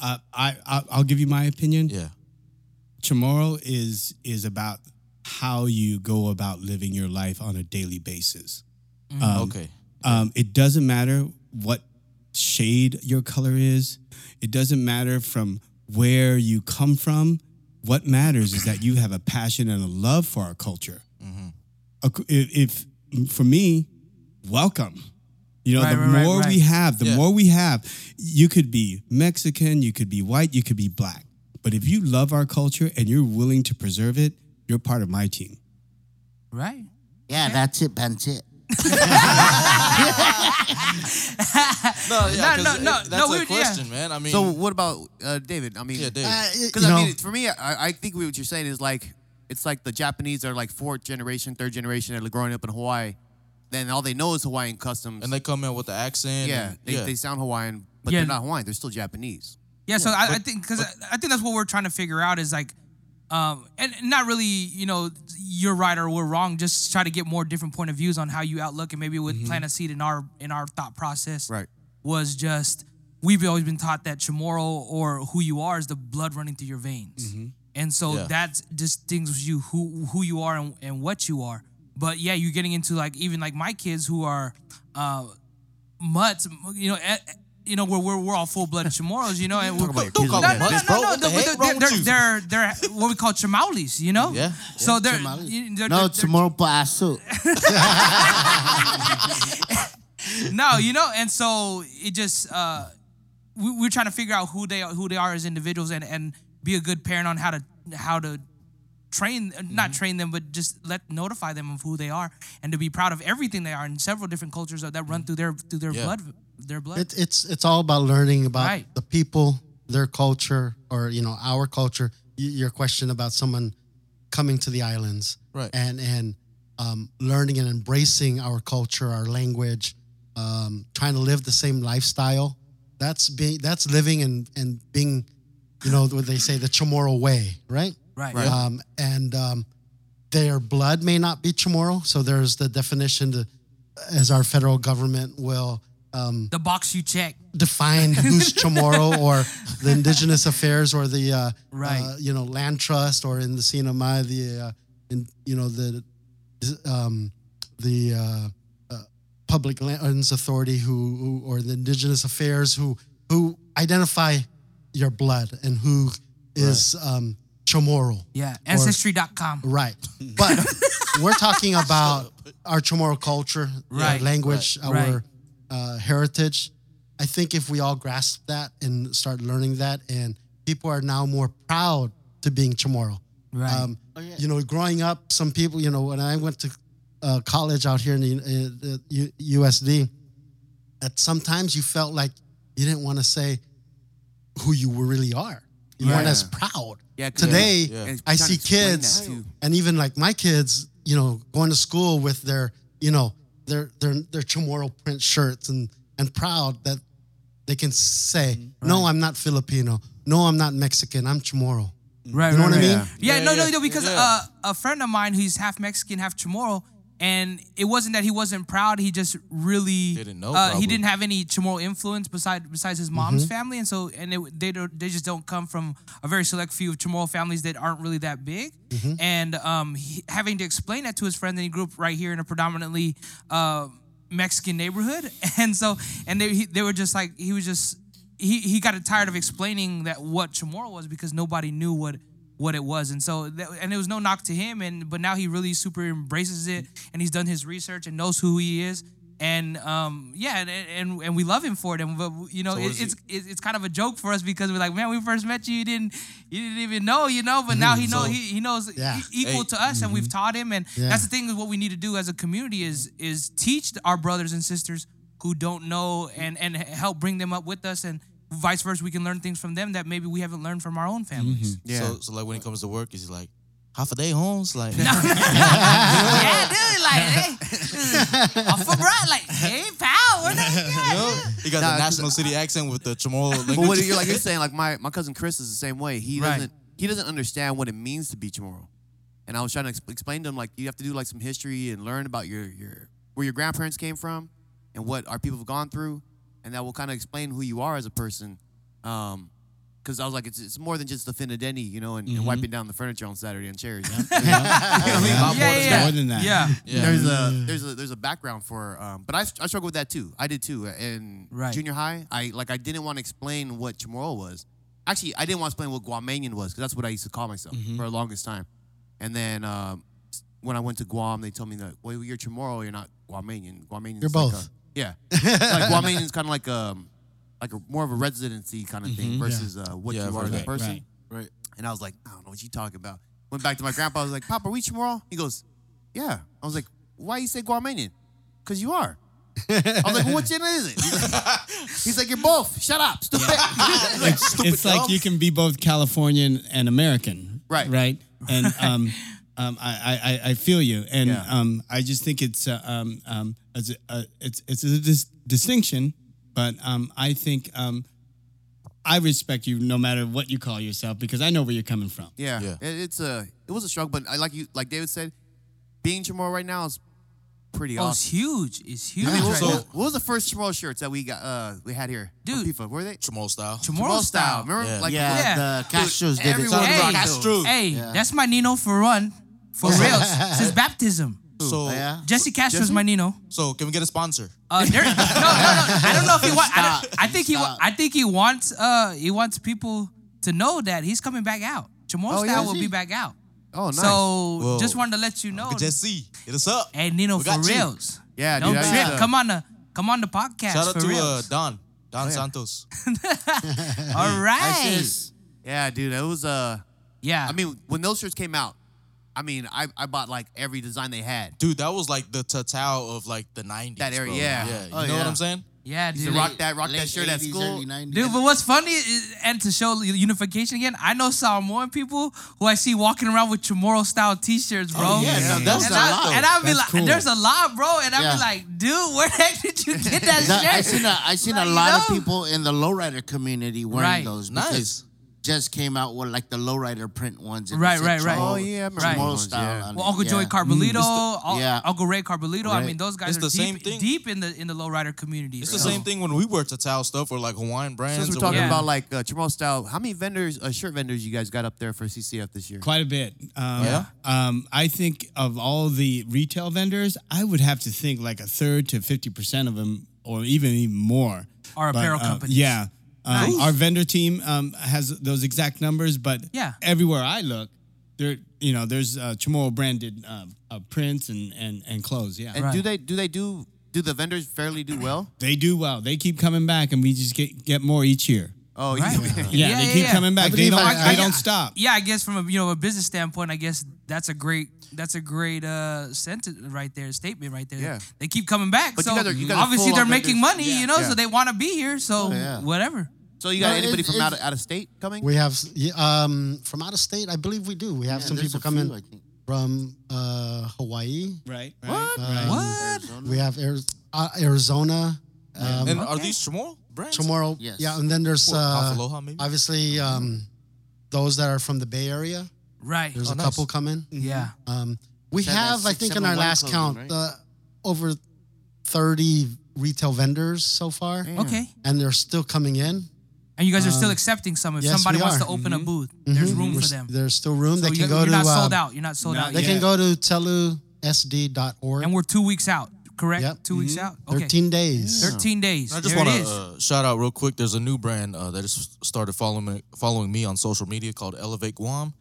A: Uh, I, I I'll give you my opinion.
D: Yeah,
A: Chamorro is is about how you go about living your life on a daily basis. Um,
D: okay,
A: Um, it doesn't matter what shade your color is. It doesn't matter from where you come from. What matters is that you have a passion and a love for our culture.
C: Mm-hmm.
A: Ac- If, if for me, welcome. You know,
C: Right,
A: the
C: right, right,
A: more we
C: right.
A: have, the
D: Yeah.
A: more we have. You could be Mexican, you could be white, you could be black. But if you love our culture and you're willing to preserve it, you're part of my team.
C: Mm-hmm. Right. (laughs)
F: Yeah, that's it, that's it.
D: no,
C: No,
D: yeah,
C: no,
D: 'cause
C: no,
D: it-
C: no,
D: that's
C: we- yeah.
D: a question, man. I mean,
B: So what about uh, David? I mean,
D: yeah, Dave.
E: Uh, you
B: Because I mean,
E: know,
B: it- for me, I, I think what you're saying is like it's like the Japanese are like fourth generation, third generation, that are growing up in Hawaii. Then all they know is Hawaiian customs.
D: and they come in with the accent.
B: yeah,
D: and-
B: they,
D: yeah.
B: they sound Hawaiian, but
C: Yeah.
B: they're not Hawaiian. They're still Japanese.
C: Yeah, so I, I think because I, I think that's what we're trying to figure out is like, um, and and not really, you know, you're right or we're wrong. Just try to get more different point of views on how you outlook, and maybe it would plant a seed in our in our thought process.
B: Right.
C: Was just we've always been taught that chamorro or who you are is the blood running through your veins, and so
D: Mm-hmm. Yeah.
C: that distinguishes you who who you are and, and what you are. But yeah, you're getting into like even like my kids who are. Uh, mutts, you know, e- you know, where we're, we're all full blooded Chamorros, you know, and we're,
D: about your
C: no,
D: kids
C: no,
D: like
C: no, no,
D: that.
C: no,
D: Bro, what the
C: they're,
D: heck wrong
C: they're,
D: with
C: they're,
D: you?
C: they're they're what we call Chamaulis, you know.
D: Yeah.
C: So they're,
F: Tamales.
C: you- they're,
F: no,
C: they're-
F: tomorrow paso.
C: no, you know, and so it just uh, we, we're trying to figure out who they are, who they are as individuals, and and be a good parent on how to how to train, uh, not train them, but just let notify them of who they are, and to be proud of everything they are in several different cultures that that run through their through their
D: Yeah.
C: blood their blood.
E: It, it's it's all about learning about
C: Right.
E: the people, their culture, or you know our culture. Y- Your question about someone coming to the islands,
D: Right.
E: And and um, learning and embracing our culture, our language, um, trying to live the same lifestyle. That's being that's living and and being, you know what they say the Chamorro way, right?
C: right.
E: Um, and um, their blood may not be Chamorro, so there's the definition to, as our federal government will. Um,
C: The box you check.
E: define who's Chamorro or the Indigenous Affairs or the uh,
C: Right.
E: uh, you know land trust or in the CNMI the uh, in, you know the um, the uh, uh, public lands authority who, who or the Indigenous Affairs who who identify your blood and who is um, Chamorro.
C: Yeah. Ancestry.com. (laughs)
E: Right. But we're talking about our Chamorro culture,
C: Right.
E: our language,
C: Right.
E: our Uh, heritage. I think if we all grasp that and start learning that, and people are now more proud to being Chamorro.
C: Right.
E: Um, You know, growing up, some people, you know, when I went to uh, college out here in the, in the U- USD, that sometimes you felt like you didn't want to say who you really are. You weren't
B: Yeah.
E: as proud.
B: Yeah, 'cause-
E: Today,
B: Yeah. And
E: I
B: trying to
E: see
B: explain that
E: kids,
B: too.
E: and even like my kids, you know, going to school with their, you know, their their their Chamorro print shirts and and proud that they can say, no, I'm not Filipino. No, I'm not Mexican. I'm Chamorro.
C: Right,
E: You know
C: right,
E: what I
C: right.
E: mean?
C: Yeah,
D: Yeah,
C: no, no,
D: yeah.
C: no, because
D: Yeah.
C: Uh, a friend of mine who's half Mexican, half Chamorro, and it wasn't that he wasn't proud. He just really
D: Didn't know,
C: Uh,
D: probably.
C: he didn't have any Chamorro influence besides besides his mom's
E: Mm-hmm.
C: family, and so and it, they don't, they just don't come from a very select few of Chamorro families that aren't really that big.
E: Mm-hmm.
C: And um, he, having to explain that to his friend, that he grew up right here in a predominantly uh, Mexican neighborhood, (laughs) and so and they he, they were just like he was just he, he got tired of explaining that what Chamorro was because nobody knew what what it was, and so that, and it was no knock to him, and but now he really super embraces it, and he's done his research and knows who he is, and um yeah, and and, and we love him for it, and but, you know it,
D: is he-
C: it's it's it's kind of a joke for us because we're like man we first met you you didn't you didn't even know you know, but now he know
D: So-
C: he, he knows
E: Yeah.
C: e- equal
D: Hey.
C: to us, and
A: mm-hmm.
C: we've taught him, and
E: Yeah.
C: that's the thing is what we need to do as a community is is teach our brothers and sisters who don't know and and help bring them up with us and vice versa we can learn things from them that maybe we haven't learned from our own
A: Mm-hmm.
C: families
B: Yeah.
D: So, so like when it comes to work, is he like half a day homes?
B: (laughs)
D: Like
C: yeah dude
A: (laughs)
C: like hey (laughs) off of right like hey pal what the
D: you know? he got
B: Nah,
D: the
B: 'cause
D: national city accent with the Chamorro (laughs)
B: But what
D: language.
B: you're like you're saying, like my, my cousin Chris is the same way. He
C: Right.
B: doesn't he doesn't understand what it means to be Chamorro. And I was trying to exp- explain to him like you have to do like some history and learn about your your where your grandparents came from and what our people have gone through, and that will kind of explain who you are as a person. Um, because I was like, it's, it's more than just the finadeni, you know, and, and wiping down the furniture on Saturday and chairs.
A: (laughs)
B: (laughs)
A: Yeah,
C: yeah, yeah.
A: More than that.
C: yeah
D: yeah.
B: there's a
E: Mm.
B: there's a there's a background for um, but I, I struggled with that too. I did too uh, in
C: Right.
B: junior high. I like I didn't want to explain what Chamorro was. Actually, I didn't want to explain what Guamanian was because that's what I used to call myself
E: Mm-hmm.
B: for the longest time. And then um, s- when I went to Guam, they told me that well, you're Chamorro, you're not Guamanian. Guamanian.
E: You're
B: like
E: both.
B: a- yeah, like Guamanian's kind of like um like a, more of a residency kind of thing versus uh, what
D: Yeah,
B: you
D: I've
B: are as
D: heard
B: a
D: that.
B: person.
A: Right.
F: Right.
B: And I was like, I don't know what you talking about. Went back to my grandpa. I was like, Pop, are we Chamorro? He goes, Yeah. I was like, Why you say Guamanian? Because you are. I was like, well, which end is it? He's like, he's like, you're both. Shut up, stupid. He's like, stupid
A: it's like
B: dog.
A: you can be both Californian and American,
B: Right.
A: Right, and um, um, I, I- I, I feel you, and
B: Yeah.
A: um, I just think it's uh, um, um, it's a, uh, it's it's a dis- distinction, but um, I think um, I respect you no matter what you call yourself because I know where you're coming from.
B: (laughs) Yeah,
D: Yeah.
B: It, it's a it was a struggle, but I, like you, like David said, being Chamorro right now is pretty
C: oh it's
B: awesome.
C: huge it's huge
B: I mean,
C: right
B: what,
C: now.
B: what- what was the first Chamorro shirts that we got? Uh, we had here, from
C: Dude.
B: FIFA. Were they
D: Chamorro style.
C: Chamorro style.
B: Remember,
D: Yeah.
B: like
F: Yeah,
C: Yeah.
F: the Castro's did it.
B: everyone
C: Hey,
B: rocked
C: that's
B: those.
D: true.
A: (laughs)
C: Hey, that's my Nino for run for real since baptism.
B: Who?
D: So,
F: yeah.
C: Jesse Castro's my Nino.
D: so can we get a sponsor?
C: Uh, there, no, no, no. I don't know if he wants. I, don't- I think he. wa-
F: Stop.
C: I think he wants. Uh, he wants people to know that he's coming back out. Jamal
B: Oh, yeah,
C: Style
B: is
C: will
B: he?
C: be back out.
B: Oh, nice.
C: So
D: Whoa.
C: just wanted to let you know.
D: Jesse, hit us up.
C: Oh. hey Nino,
D: We
C: for
D: got you.
C: reals.
B: yeah,
C: Don't
B: dude. uh, I
C: trip.
B: used to-
C: Come on the come on the podcast.
D: Shout out
C: for
D: to uh,
C: reals.
D: Don.
B: Oh,
D: Don Santos.
C: All right.
B: Yeah, dude. It was uh.
C: Yeah.
B: I mean, when those shirts came out, I mean, I, I bought like every design they had.
D: Dude, that was like the total of like the 90s.
B: That area,
D: bro.
B: yeah.
D: Yeah. You
B: Oh,
D: know what
B: yeah.
D: I'm saying?
C: yeah,
B: to
C: dude.
B: rock that- rock that
F: Late
B: shirt at
F: 80s,
B: school.
F: early 90s.
C: Dude, but what's funny is, and to show unification again, I know Samoan people who I see walking around with Chamorro style T-shirts, bro.
D: yeah, no,
C: and,
D: that's
C: and
D: a
C: I,
D: lot.
C: and I be
E: That's
C: like,
E: cool.
C: there's a lot, bro. And I
F: Yeah.
C: be like, dude, where the heck did you get that
F: No,
C: shirt?
F: I seen a, I seen
C: Like,
F: a lot
C: no.
F: of people in the lowrider community wearing
C: Right.
F: those. because
D: Nice.
F: Just came out with like the lowrider print ones. and it
C: Right,
F: said
C: right, right.
F: Chamorro-
C: Oh,
B: yeah, I remember
F: Chamorro
B: those,
F: style.
B: yeah.
F: on
C: Well,
F: it,
C: Uncle Joey
F: yeah.
C: Carbolito, Al-
F: yeah.
C: Uncle Ray Carbolito. I mean, those guys
D: Mm, It's
C: are
D: the
C: deep,
D: same thing.
C: deep in the in the lowrider community.
D: It's
C: bro.
D: the same thing when we wear total stuff or like Hawaiian brands.
B: Since we're
D: or
B: talking
D: whatever.
B: about like uh, Chamorro style, how many vendors, uh, shirt vendors, you guys got up there for CCF this year?
A: Quite a bit. Um,
D: Yeah?
A: Um, I think of all the retail vendors, I would have to think like a third to 50% of them, or even, even more,
C: Are apparel
A: uh,
C: companies.
A: Yeah. Um,
C: Nice.
A: Our vendor team um, has those exact numbers, but
C: Yeah.
A: everywhere I look, there, you know, there's uh, Chamorro branded uh, uh, prints and, and, and clothes. Yeah.
B: And
C: Right.
B: do they do they do do the vendors fairly do well?
A: They do well. They keep coming back, and we just get, get more each year.
B: Oh, (laughs)
C: Right.
B: yeah.
A: Yeah,
C: Yeah,
A: they
C: yeah,
A: keep
C: yeah.
A: coming
E: I
A: back. They
E: believe
A: don't,
E: I-
A: they
E: I-
A: don't stop.
C: Yeah, I guess from a you know a business standpoint, I guess that's a great that's a great uh sentence right there, statement right there.
B: Yeah.
C: They keep coming back.
B: But you
C: so
B: guys are- you guys are
C: obviously
B: full
C: they're
B: on
C: making
B: vendors.
C: money,
B: Yeah.
C: you know,
B: Yeah.
C: so they want to be here.
E: Oh,
C: So
F: yeah.
C: whatever.
B: So you got
F: No,
B: anybody
F: it's-
B: from out of,
F: it's-
B: out of state coming?
E: We have yeah, um, from out of state, I believe we do. We have
F: Yeah,
E: some
F: there's
E: people
F: a few,
E: coming
F: I think.
E: from uh, Hawaii.
A: Right. right.
B: What?
E: Um,
C: What?
F: Arizona.
E: We have Ari- uh, Arizona. Um,
D: And are
C: Okay.
D: these Chamorro brands?
E: tomorrow,
F: Yes.
E: yeah, and then there's
D: Or
E: uh,
D: Aloha, maybe?
E: obviously um, those that are from the Bay Area.
C: Right.
F: Oh,
E: There's a
D: nice.
E: couple coming.
C: Yeah.
E: Um, we
F: Said that
E: have, I
F: six,
E: think, in
F: seven,
E: our
F: one
E: last
F: clothing,
E: count,
F: right?
E: uh, over 30 retail vendors so far,
C: Okay.
E: and they're still coming in.
C: And you guys are still accepting some. If
E: Um, yes,
C: somebody
E: we
C: wants to
E: are.
C: open a booth, there's
E: Mhm.
C: room
E: We're
C: for
E: s-
C: them.
E: There's still room.
C: So
E: they
C: you,
E: can go
C: are
E: to.
C: not
E: uh,
C: sold out. You're not sold
A: Not
C: out.
E: They
C: yet.
A: Yeah.
E: can go to telusd.org.
C: And we're two weeks out, correct?
E: Yep.
C: 2 weeks out. Okay.
E: 13 days.
C: 13 days.
D: I just
C: there
D: want
C: it
D: to
C: is.
D: uh, shout out real quick. There's a new brand uh, that has started following me, following me on social media called Elevate Guam.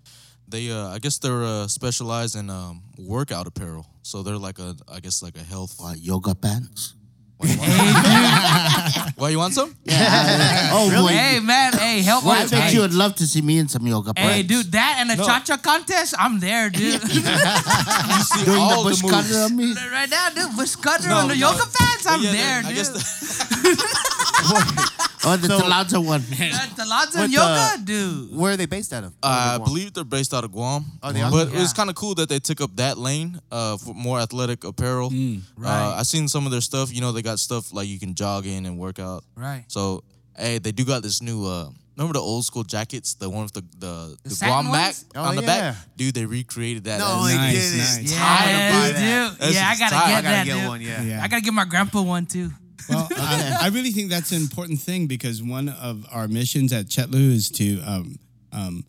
D: They, uh, I guess, they're uh, specialized in um, workout apparel. So they're like a, I guess, like a health.
F: What, yoga pants.
D: Why you want some? (laughs)
F: oh, boy.
C: hey man, hey help
F: Well, I
C: us.
F: bet
C: hey.
F: you would love to see me in some yoga pants.
C: Hey, dude, that and a cha-cha contest, I'm there, dude.
F: Doing
B: Oh,
F: the
D: all the
F: bush
D: moves.
F: cutter on me.
C: right now, dude, with Scudder
D: No,
C: on the
D: no.
C: yoga pants, I'm
D: Yeah,
C: there,
D: I
C: dude.
D: guess the-
B: (laughs)
F: Oh, the Talanza one.
C: That's the lots of
B: With
C: yoga,
B: the-
C: dude.
B: Where are they based out of?
D: I believe they're based out of Guam.
B: Oh, they are?
D: but it
C: Yeah.
D: was kind of cool that they took up that lane uh, for more athletic apparel.
B: Mm,
C: right.
D: Uh, I seen some of their stuff. You know, they got stuff like you can jog in and work out.
C: Right.
D: So, hey, they do got this new. Uh, remember the old school jackets, the one with the the, the,
C: satin
D: Guam back
C: ones?
D: on
B: Oh,
D: the
B: yeah.
D: back. Dude, they recreated that.
B: No,
D: That's-
B: they
A: Nice,
B: did
A: nice.
B: it.
A: Yeah,
B: I'm gonna buy
C: Yeah,
B: that.
C: dude.
D: This
C: Yeah, I
D: is
C: gotta
D: tight.
C: get
D: I
B: I
C: that,
B: gotta get
C: dude.
B: one. Yeah.
A: Yeah.
C: I gotta get my grandpa one too.
A: Well, I, I really think that's an important thing because one of our missions at Chetlu is to um, um,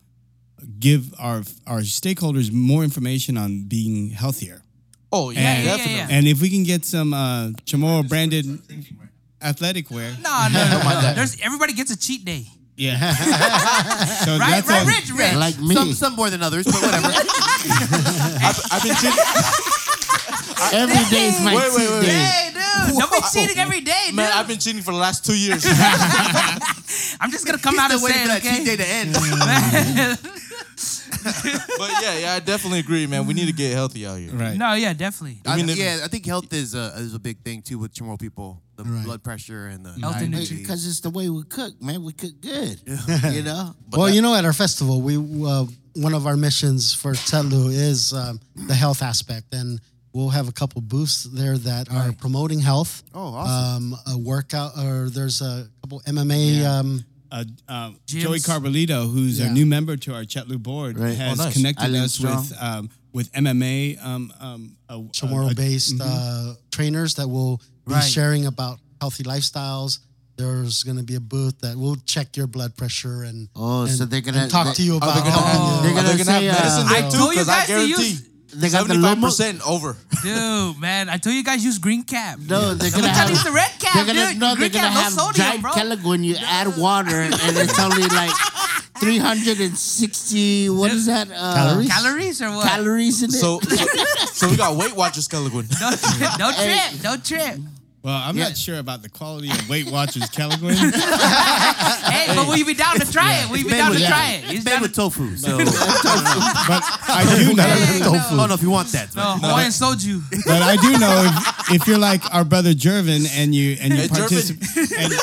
A: give our our stakeholders more information on being healthier.
D: oh yeah,
A: And-
D: definitely.
C: Yeah.
A: And if we can get some uh, Chamorro branded athletic wear,
C: No, no, no, no. There's everybody gets a cheat day.
A: yeah. (laughs) so
C: Right,
A: that's
C: right,
A: on-
C: Rich, Rich.
F: Like me.
B: Some some more than others, but whatever.
D: I've been cheating.
C: (laughs)
F: Every day is my
D: Wait, wait,
F: cheat
D: wait,
F: day.
C: Hey, dude. Don't be cheating every day, dude.
D: Man, I've been cheating for the last
B: (laughs)
D: two years.
C: I'm just gonna come out and
B: Still waiting
C: say
B: for that cheat day
C: it,
B: to end.
C: okay?
D: but yeah, yeah, I definitely agree, man. We need to get healthy out here.
A: Right.
C: (laughs) no, yeah, definitely.
B: I
D: mean, if-
B: yeah, I think health is a is a big thing too with Chamorro people. The blood pressure and the
C: Health and nutrition.
F: Because it's the way we cook, man. We cook good. You know?
E: well, you know, at our festival, we uh, one of our missions for Telu is um, the health aspect, and we'll have a couple booths there that are promoting health.
B: Oh,
F: Uh,
B: awesome.
E: Um, a workout, or there's a couple MMA. Um,
A: Uh, um,
C: Gyms.
A: Joey Carbolito, who's
E: Yeah.
A: a new member to our Chetlu board,
F: Right.
A: has
D: Oh, nice.
A: connected
F: Alan
A: us
F: Strong.
A: with um, with MMA um, um, a- a-
E: Chamorro
A: a-
E: based uh, trainers that will be
C: Right.
E: sharing about healthy lifestyles. There's going to be a booth that will check your blood pressure and
F: Oh,
E: and-
F: so they're gonna-
E: and talk
F: they-
E: to you
F: are
E: about
D: gonna
E: helping
D: have-
E: you.
F: They're
D: Are
F: gonna
D: they Oh. gonna
F: say,
D: have
F: uh,
D: medicine
C: I
D: there too?
C: told you
D: 'Cause I
C: guys to
D: guarantee.
C: use.
F: They got the
D: Seventy-five
F: Lomo.
D: percent over.
C: Dude, man, I told you guys use green cap.
F: No, they're
C: I'm (laughs)
F: gonna
C: trying to use
F: have.
C: the red cap,
F: They're gonna
C: dude.
F: no. They're
C: green
F: gonna
C: cap, no
F: have
C: sodium,
F: giant
C: bro.
F: Kelloggin. You add water, and it's only like
C: (laughs)
F: three hundred and sixty. What is that? Uh,
E: Calories?
C: Calories or what?
F: Calories in it.
D: So, so, so we got Weight Watchers Kelligwin.
C: (laughs) don't trip, don't trip, don't trip.
A: Well, I'm
F: Yeah.
A: not sure about the quality of Weight
C: (laughs)
A: Watchers Kelligwin.
C: Hey, but will you be down to try it? Will you be
B: Made
C: down to
B: with-
C: try it? He's
B: It's
C: down
B: made
C: to
B: with tofu.
F: (laughs)
B: So.
A: but I do know.
C: Hey, no.
B: I don't know if you want that.
C: No, Hawaiian soju.
F: (laughs)
A: But I do know if, if you're like our brother Jervin and you
C: (laughs)
A: and you
D: Hey, Jervin.
A: participate and,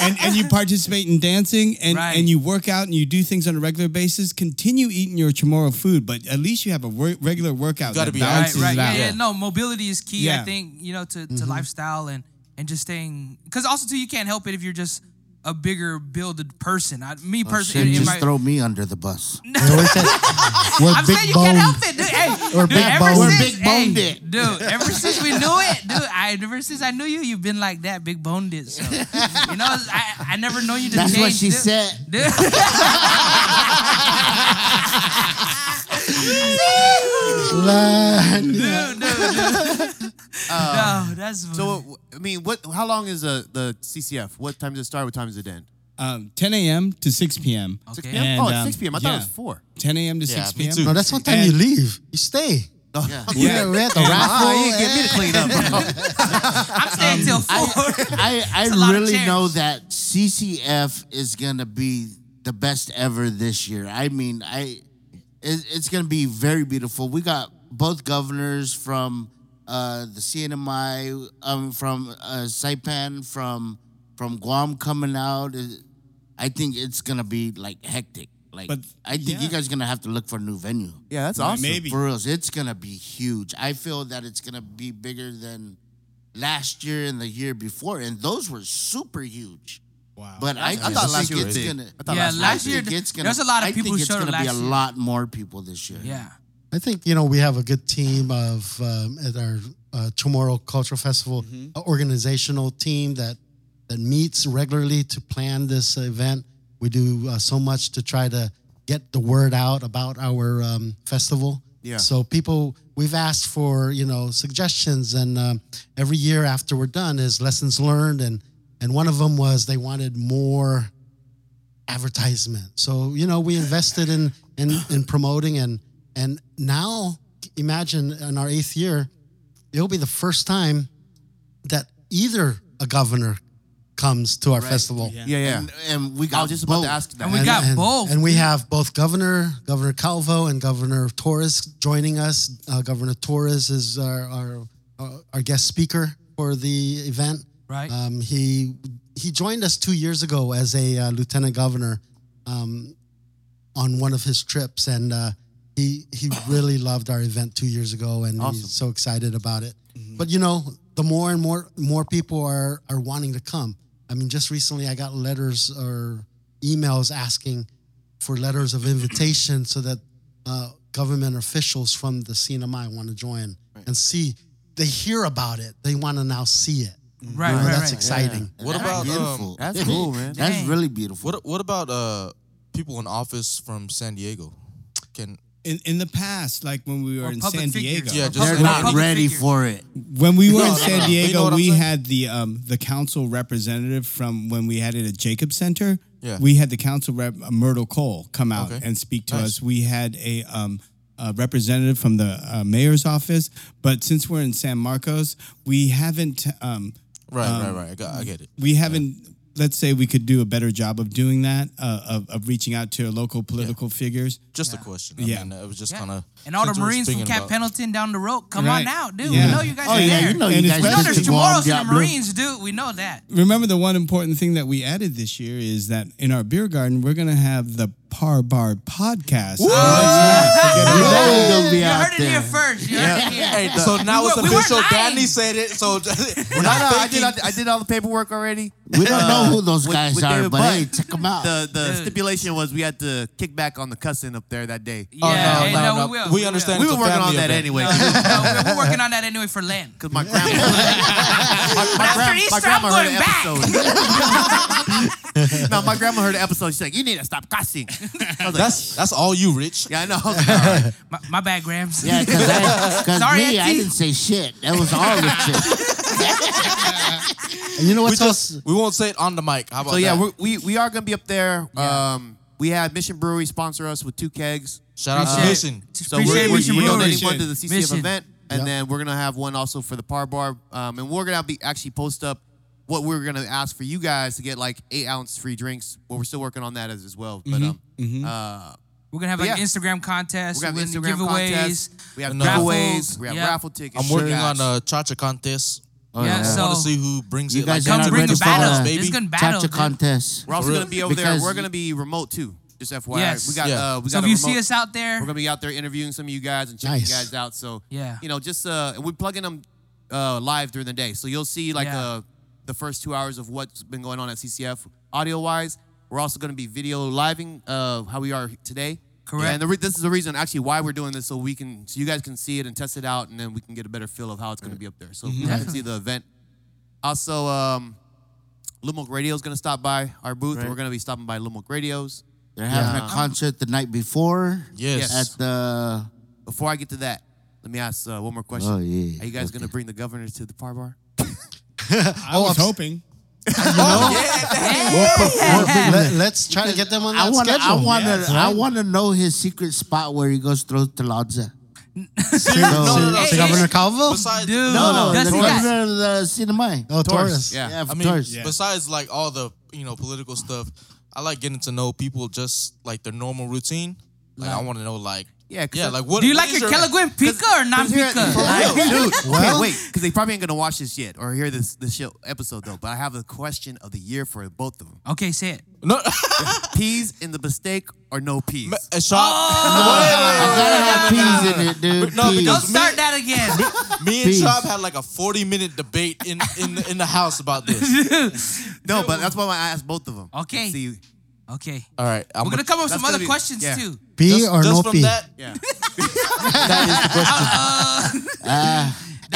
A: and, and you participate in dancing and,
C: Right.
A: and you work out and you do things on a regular basis, continue eating your Chamorro food, but at least you have a wor- regular workout
D: Gotta
A: that
D: be
C: Right,
A: balances
D: active.
A: it
C: (laughs) right. Yeah,
A: out.
C: yeah, no, mobility is key. I
A: Yeah.
C: think you know to, to
F: Mm-hmm.
C: lifestyle and and just staying because also too you can't help it if you're just a bigger builded person. I, me
F: Oh, Shit,
C: personally,
F: just throw me under the bus.
E: We're
C: I'm saying
E: big
C: you
E: boned.
C: can't help it, dude. Hey,
E: We're
C: dude,
E: big
C: ever
E: boned. We're
C: since-
F: big boned
C: hey,
F: it.
C: dude.
F: (laughs)
C: Ever since we knew it, dude. I ever since I knew you, you've been like that, big boned it. So you know, I, I never know you to
F: That's
C: change.
F: what she
C: dude.
F: said.
C: Dude. (laughs) dude, dude, dude. no, that's
B: So, uh, I mean, what? How long is the the CCF? What time does it start? What time does it end?
A: Um, 10 a.m. to 6 p.m.
C: Okay.
A: And,
B: oh, it's
A: um,
B: six p.m. I thought it was
A: yeah.
B: four.
A: 10 a.m. to
D: Yeah,
A: 6
D: me
A: p.m.
D: too.
E: No, that's one time you leave. You stay.
F: Yeah.
E: We had- we had the raffle.
B: Ah, you get me to clean up. bro.
C: I'm staying till four.
F: I,
C: a lot
F: I
C: of
F: really
C: chairs.
F: know that CCF is gonna be the best ever this year. I mean, I it, it's gonna be very beautiful. We got both governors from uh, the CNMI, um, from uh, Saipan, from from Guam coming out. It- I think it's gonna be like hectic. Like,
A: But-
F: I think you
A: yeah.
F: guys are gonna have to look for a new venue.
B: yeah, that's awesome.
A: Maybe.
F: For reals, it's gonna be huge. I feel that it's gonna be bigger than last year and the year before, and those were super huge.
A: Wow.
F: But I,
B: thought
F: just
B: last
F: think
B: year was
F: it's
B: big.
F: gonna.
B: I thought
C: Yeah, last year- last
F: I
C: year
F: think it's gonna-
C: there's a lot of
F: I
C: people
F: think it's
C: showed up
F: gonna be
C: last
F: a
C: year.
F: lot more people this year.
C: yeah.
E: I think you know we have a good team of um, at our uh, Tomorrow Cultural Festival a organizational team that that meets regularly to plan this event. We do uh, so much to try to get the word out about our um, festival.
B: Yeah.
E: So people, we've asked for you know suggestions, and um, every year after we're done is lessons learned, and and one of them was they wanted more advertisement. So you know, we invested in in in promoting and and now imagine in our eighth year, it'll be the first time that either a governor comes to our festival.
B: Yeah, yeah.
F: And, and we
B: I
F: got
B: was just about
F: both.
B: to ask that.
C: And we got both.
E: And we have both Governor Governor Calvo and Governor Torres joining us. Uh, Governor Torres is our, our uh, our guest speaker for the event.
C: Right.
E: Um, he he joined us two years ago as a uh, lieutenant governor um, on one of his trips, and uh, he he really loved our event two years ago, and
B: Awesome.
E: he's so excited about it. But you know, the more and more more people are are wanting to come. I mean, just recently I got letters or emails asking for letters of invitation so that uh, government officials from the CNMI want to join and see. They hear about it. They want to now see it.
C: right,
E: You know,
C: right,
E: that's
C: right.
E: exciting.
F: And
D: What
F: that's
D: about, um,
F: beautiful?
B: That's
F: (laughs)
B: cool, man.
F: That's
C: Dang.
F: really beautiful.
D: What What about uh people in office from San Diego? Can
A: in, in the past, like when we were
C: Or
A: in
C: public
A: San
C: figures.
A: Diego,
D: Yeah,
C: Or
D: just
C: public-
F: They're
D: like-
C: or
F: not
C: public
F: ready
C: figures.
F: for it.
A: when we were
D: No,
A: in
D: no, no.
A: San
D: You know
A: Diego,
D: what I'm
A: we
D: saying?
A: had the um, the council representative from when we had it at Jacob Center.
D: Yeah.
A: We had the council rep uh, Myrtle Cole come out
D: Okay.
A: and speak to
D: Nice.
A: us. We had a, um, a representative from the uh, mayor's office, but since we're in San Marcos, we haven't um,
D: right, right, right. I got, I get
C: Um,
D: it.
A: we haven't. Let's say we could do a better job of doing that, uh, of, of reaching out to local political figures.
D: Just a question. I
A: Yeah.
D: mean, it was just
C: Yeah.
D: kind of.
C: And all the Marines from Camp Pendleton down the road, come on
A: Right.
C: out, dude.
A: Yeah.
C: We know you guys
A: Oh,
C: are
A: yeah,
C: there.
A: you know you guys
C: we know
A: did
C: there's
A: the
C: tomorrows in
F: Guam
C: the
F: Diablo.
C: Marines, dude. We know that.
A: remember the one important thing that we added this year is that in our beer garden we're gonna have the Par Bar podcast.
F: You know it's gonna be
C: You
F: out
C: heard it here
F: there.
C: first. You heard
F: uh,
B: (laughs)
C: it here.
D: so now
C: We
D: it's
C: were- we weren't
D: official.
C: lying.
D: Danny said it.
C: (laughs)
D: So (laughs) we're
B: No, no,
D: not
B: I did,
D: faking.
B: I did- I did all the paperwork already.
F: We don't know who those
B: with-
F: guys
B: with
F: are,
B: David
F: but
B: Butt.
F: hey, check them
C: (laughs)
F: out.
B: The the
C: Dude.
B: stipulation was we had to kick back on the cussing up there that day.
C: Yeah, hey, no, we will.
D: We
C: will.
D: understand.
B: We
D: it's
B: were
D: a
B: working on
D: family
B: that
D: event. (laughs)
B: anyway.
C: No, no, we're working on that anyway for land.
B: Cause my grandma, my, my
C: After
B: grand- my
C: Easter, I'm
B: grandma heard
C: going
B: an
C: back.
B: episode. (laughs) no, my grandma heard the episode. She's like, "You need to stop cussing." I was like,
D: That's that's all you, Rich.
B: "Yeah, I know." (laughs) I was like, "All right."
C: My, my bad, Grams. (laughs)
F: Yeah, because
C: Sorry,
F: me, I
C: Auntie.
F: didn't say shit. That was all
C: (laughs)
F: the shit.
E: And you know
D: We
E: what's
D: just
E: also
D: we won't say it on the mic. How about
B: So yeah,
D: that?
B: we're, we we are gonna be up there. Um, we had Mission Brewery sponsor us with two kegs.
D: Shout out to
C: Appreciate
D: Mission.
C: it.
B: So
C: Appreciate
B: we're,
C: it,
B: we're,
C: Mission
B: we're
C: Brewery.
B: donating one to the CCF
C: Mission.
B: event, and
E: Yep.
B: then we're gonna have one also for the Par Bar. Um, and we're gonna be actually post up what we're gonna ask for you guys to get like eight ounce free drinks. Well, we're still working on that as, as well.
C: Mm-hmm.
B: But um, uh,
C: We're gonna have
B: But
C: like
B: yeah.
C: Instagram contests,
B: we're gonna have
C: Mm-hmm. we're
B: Instagram
C: gonna giveaways.
B: contests. We have
D: Raffles.
B: giveaways. We have
C: Yeah.
B: raffle tickets.
D: I'm working
B: shirts.
C: uh,
D: on uh, a cha cha contest.
F: Oh,
C: Yeah,
D: I want
C: So-
D: to see who brings
F: You
D: it.
F: guys
D: like,
F: are
C: Come bring
F: ready
C: the
F: for
C: battle.
F: us,
C: This is
D: baby.
C: gonna battle.
F: Chapter
C: dude.
F: contest.
B: We're also
D: For
B: gonna
D: real.
B: be over there.
F: Because-
B: We're gonna be remote too. Just FYI,
C: Yes.
B: we got
D: Yeah.
B: uh, we
C: So if
B: got a
C: you
B: remote.
C: see us out there,
B: We're gonna be out there interviewing some of you guys and checking
E: Nice.
B: you guys out. So
C: Yeah.
B: you know, just uh, and we're plugging them uh, live during the day, so you'll see like
C: Yeah.
B: uh, the first two hours of what's been going on at CCF audio wise. We're also gonna be video living uh, how we are today.
C: Correct.
B: And the re- this is the reason actually why we're doing this, so we can so you guys can see it and test it out, and then we can get a better feel of how it's gonna be up there. So
C: Mm-hmm.
B: you guys can see the event. Also, um, Lumoke Radio is gonna stop by our booth. and We're gonna be stopping by Lumoke Radios.
F: They're having a concert the night before.
D: Yes.
F: At the
B: Before I get to that, let me ask uh, one more question.
F: Oh, yeah.
B: Are you guys gonna bring the governor to the par bar?
A: I was
E: Oh,
A: hoping.
E: let, us try to get them on that
F: I want to. I
E: schedule.
F: want to. I want to know his secret spot where he goes through to Lodza.
E: So-
D: no, no,
E: so
D: hey,
E: Governor
D: hey.
E: Calvo?
D: Besides,
C: Dude.
F: No,
C: That's
F: the
C: what I-
F: governor of the Cinemai.
E: Oh, Taurus.
B: Yeah.
F: Yeah, of
D: I mean,
F: course.
A: Yeah.
D: besides like all the you know political stuff, I like getting to know people just like their normal routine. Like I want to know like
B: Yeah, 'cause
D: yeah,
B: I-
D: like what
C: Do you
D: what
C: like
D: is
C: your Kelleguin pika or non pika?
B: Well, wait, because they probably ain't gonna watch this yet or hear this this show episode though. But I have a question of the year for both of them:
C: Okay, say it.
D: No,
B: peas in the mistake or no peas?
D: a
C: Oh.
D: shop.
F: I gotta have peas in it,
C: (laughs)
F: dude.
D: No, because-
C: Don't
F: peas.
C: start that again. (laughs)
B: (laughs)
D: Me and
F: Peace.
D: Chop had like a forty minute debate in in the, in the house
C: (laughs)
D: about this.
B: no, but that's why I asked both of them.
C: Okay.
B: See,
C: Okay.
D: All right, I'm
C: We're gonna come up with some
B: That's
C: other
B: gonna be-
C: questions
B: yeah. (laughs)
C: too.
E: P
D: just,
E: or
D: just
E: no
D: from
E: P?
D: that.
C: (laughs)
B: yeah,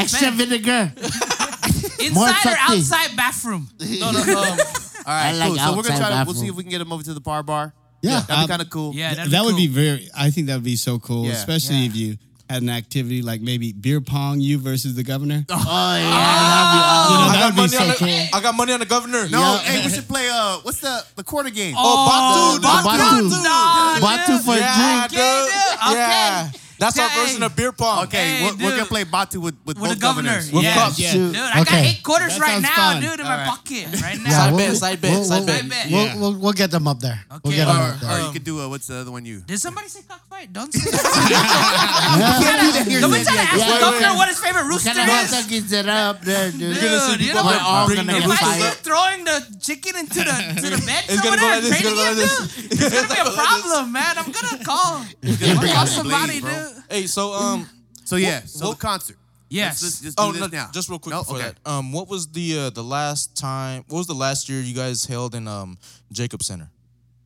F: Extra vinegar. More
C: Inside or
F: effective.
C: outside bathroom?
D: No, no, um,
B: all right,
F: like
B: cool. So we're gonna try
F: outside
B: to. We'll
F: bathroom.
B: see if we can get them over to the par bar.
E: Yeah.
B: that'd
A: Um,
B: be kind of cool.
C: Yeah,
A: Th-
C: that'd
A: that would be
C: cool.
A: very. I think that would be so cool,
B: Yeah.
A: especially
C: Yeah.
A: if you had an activity like maybe beer pong, you versus the governor.
F: Oh
C: Oh.
F: yeah,
A: you know,
D: I
A: that
D: got
A: would be
D: money on
A: so
D: the,
A: cool.
D: I got money on the governor.
B: No, hey, we should play. Uh, what's the the quarter game?
D: Oh, Batu,
F: Batu.
D: Batu,
F: Batu.
C: Nah,
F: Batu
C: dude.
F: for
D: yeah,
F: drink.
D: dude.
C: Okay, dude.
D: yeah. That's our
C: Dang.
D: version of beer pong.
B: Okay,
C: Hey,
B: we're, we're
C: dude.
B: gonna play Batu with with,
C: With
B: both
C: the governor.
B: governors.
D: With
C: yeah.
D: cups.
A: Yeah.
C: Dude, I got
E: Okay.
C: eight quarters
A: That
C: right
A: sounds
C: now,
A: fun.
C: dude, in my pocket right now.
E: Yeah,
D: Side
E: we'll-
D: bet, side bet,
E: we'll-
D: side
E: we'll-
D: bet.
C: Side
E: We'll,
A: bet.
E: we'll, we'll get them up there. We'll
C: Okay.
E: get them
B: Or,
E: up there.
B: or you could do uh, what's the other one you?
C: Did somebody say cockfight? Don't say
B: (laughs)
F: Here's
C: Nobody
F: the
C: try to ask
F: idea.
C: the governor what his favorite rooster
F: Can I have
C: is.
F: to get it up there, dude?
C: Dude, you know
D: people
C: what?
F: We're all
D: bring
F: gonna
D: the
C: If
F: get
D: rooster
C: I
D: fire.
C: keep
F: fired.
C: throwing the chicken into the
D: (laughs)
C: to the bed
D: It's gonna go like
C: somewhere,
D: this,
C: training
D: it's gonna
C: him,
D: go like this.
C: dude, it's gonna be
D: (laughs)
C: a problem, man. I'm gonna call. I'm gonna call somebody,
B: Please, bro.
C: dude.
D: Hey, so um,
B: So yeah, so the concert.
C: Yes.
B: Let's, let just do
D: oh,
B: this
D: no,
B: now.
D: just real quick
B: No?
D: before
B: Okay.
D: that. Um, what was the uh, the last time? What was the last year you guys held in um Jacob Center?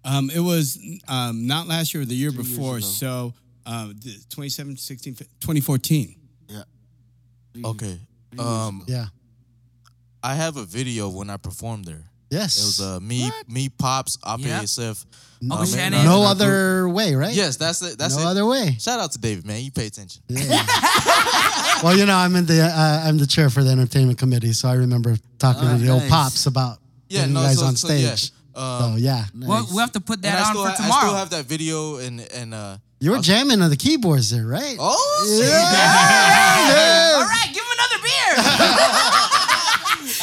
A: Um, it was um, not last year or the year before, so uh, the 27, 16, 2014.
D: Okay. Um,
E: Yeah.
D: I have a video when I performed there. It
E: Yes.
D: was uh me, me, pops, Ape
C: Yeah.
D: ASF.
E: No-
C: Uncle
D: man,
C: Oh, Shannon.
D: uh,
E: no
D: and I
E: other way, right?
D: Yes, that's it. That's
E: no
D: it.
E: other way.
D: (laughs) Shout out to David, man. You pay attention.
E: Yeah. well, you know, I'm in the uh, I'm the chair for the entertainment committee, so I remember talking to the old
F: nice.
E: pops about
D: Ah, Yeah,
E: getting
D: no,
E: you guys
D: so-
E: on
D: so, yeah.
E: stage.
D: Um,
E: So yeah,
C: Well, we'll have to put
D: and
C: that
D: I
C: on
D: still,
C: for
D: I
C: tomorrow.
D: still have that video and and uh.
E: you were jamming on the keyboards there, right?
D: Oh,
C: (laughs) All right, give him another
D: (laughs)
C: beer.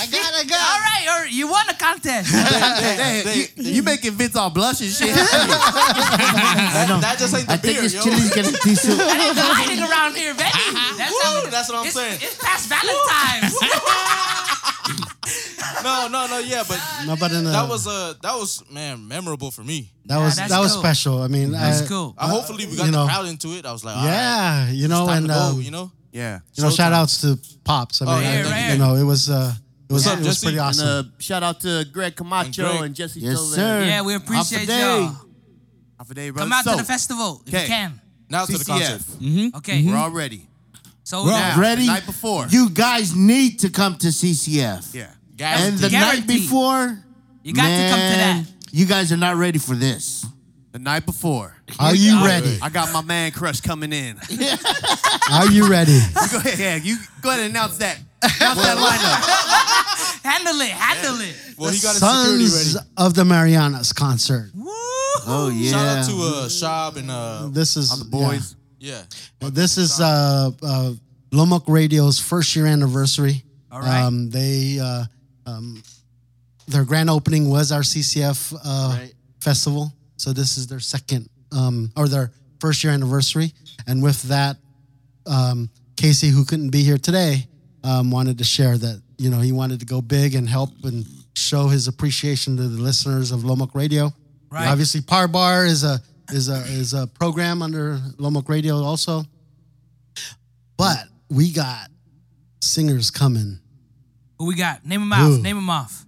E: I got, I
C: all
E: got.
C: right, all right, you won the contest.
B: Hey, you, you making Vince all blush and shit.
D: that, that just ain't the
F: I
D: beer,
F: think his
D: yo.
F: chili's getting too soon.
C: It's hiding around here, baby. That's, how
D: (laughs) Woo, that's what I'm
C: it's,
D: saying.
C: It's past Valentine's.
D: No, no, no, yeah, but
E: No, but in the,
D: that was uh that was man memorable for me.
E: that was
C: that's
E: that was
C: cool.
E: special. I mean,
C: That's
E: I-
C: cool.
D: I hopefully we got
E: you
D: the
E: know.
D: crowd into it. I was like, yeah,
E: Yeah, you know,
D: time
E: and
D: to go,
E: um,
D: you know.
B: (laughs) yeah.
E: you know, shout outs to pops. I mean,
D: Oh, yeah,
E: I-
D: right,
E: you
D: right.
E: know, it was uh, it was
D: Yeah.
E: it was
D: Jesse
E: pretty
D: and,
E: awesome.
B: And, uh, shout out to Greg Camacho
D: And
B: and,
D: Greg.
B: Jesse
F: Yes,
B: Silva.
F: sir.
C: yeah, we appreciate
F: day.
C: y'all.
B: Half a day, brother.
C: Come out
B: So,
C: to the festival if
B: okay.
C: you can.
D: Now to the
B: CCF.
D: concert.
C: Okay,
B: We're all ready.
C: so
B: Now,
C: now,
F: Ready?
B: The night before.
F: You guys need to come to CCF.
B: yeah.
D: Guys,
F: And the night
C: Guaranteed.
F: before,
C: You got to come to that.
F: Man, You guys are not ready for this.
B: The night before,
E: Are you
D: (laughs)
E: ready?
B: I got my man crush coming in.
E: Are you ready?
B: go ahead, yeah, you go ahead and announce that. Announce that lineup.
C: Handle it. Handle it.
D: Well, he got his security
E: Sons
D: ready.
E: of the Marianas concert.
C: Woo.
F: Oh yeah.
D: Shout out to uh, Shab and uh,
E: This is
B: The boys.
D: yeah.
E: yeah. This is uh, uh, Lomok Radio's first year anniversary.
C: All right.
E: Um, they uh, um, their grand opening was our CCF uh,
F: Right.
E: festival, so this is their second um, or their first year anniversary. And with that, um, Casey, who couldn't be here today, um, wanted to share that you know he wanted to go big and help and show his appreciation to the listeners of Lomok Radio.
C: Right.
E: Obviously, Par Bar is a is a is a program under Lomok Radio also, but we got singers coming.
C: Who we got? Name them off.
E: Ooh.
C: Name them off.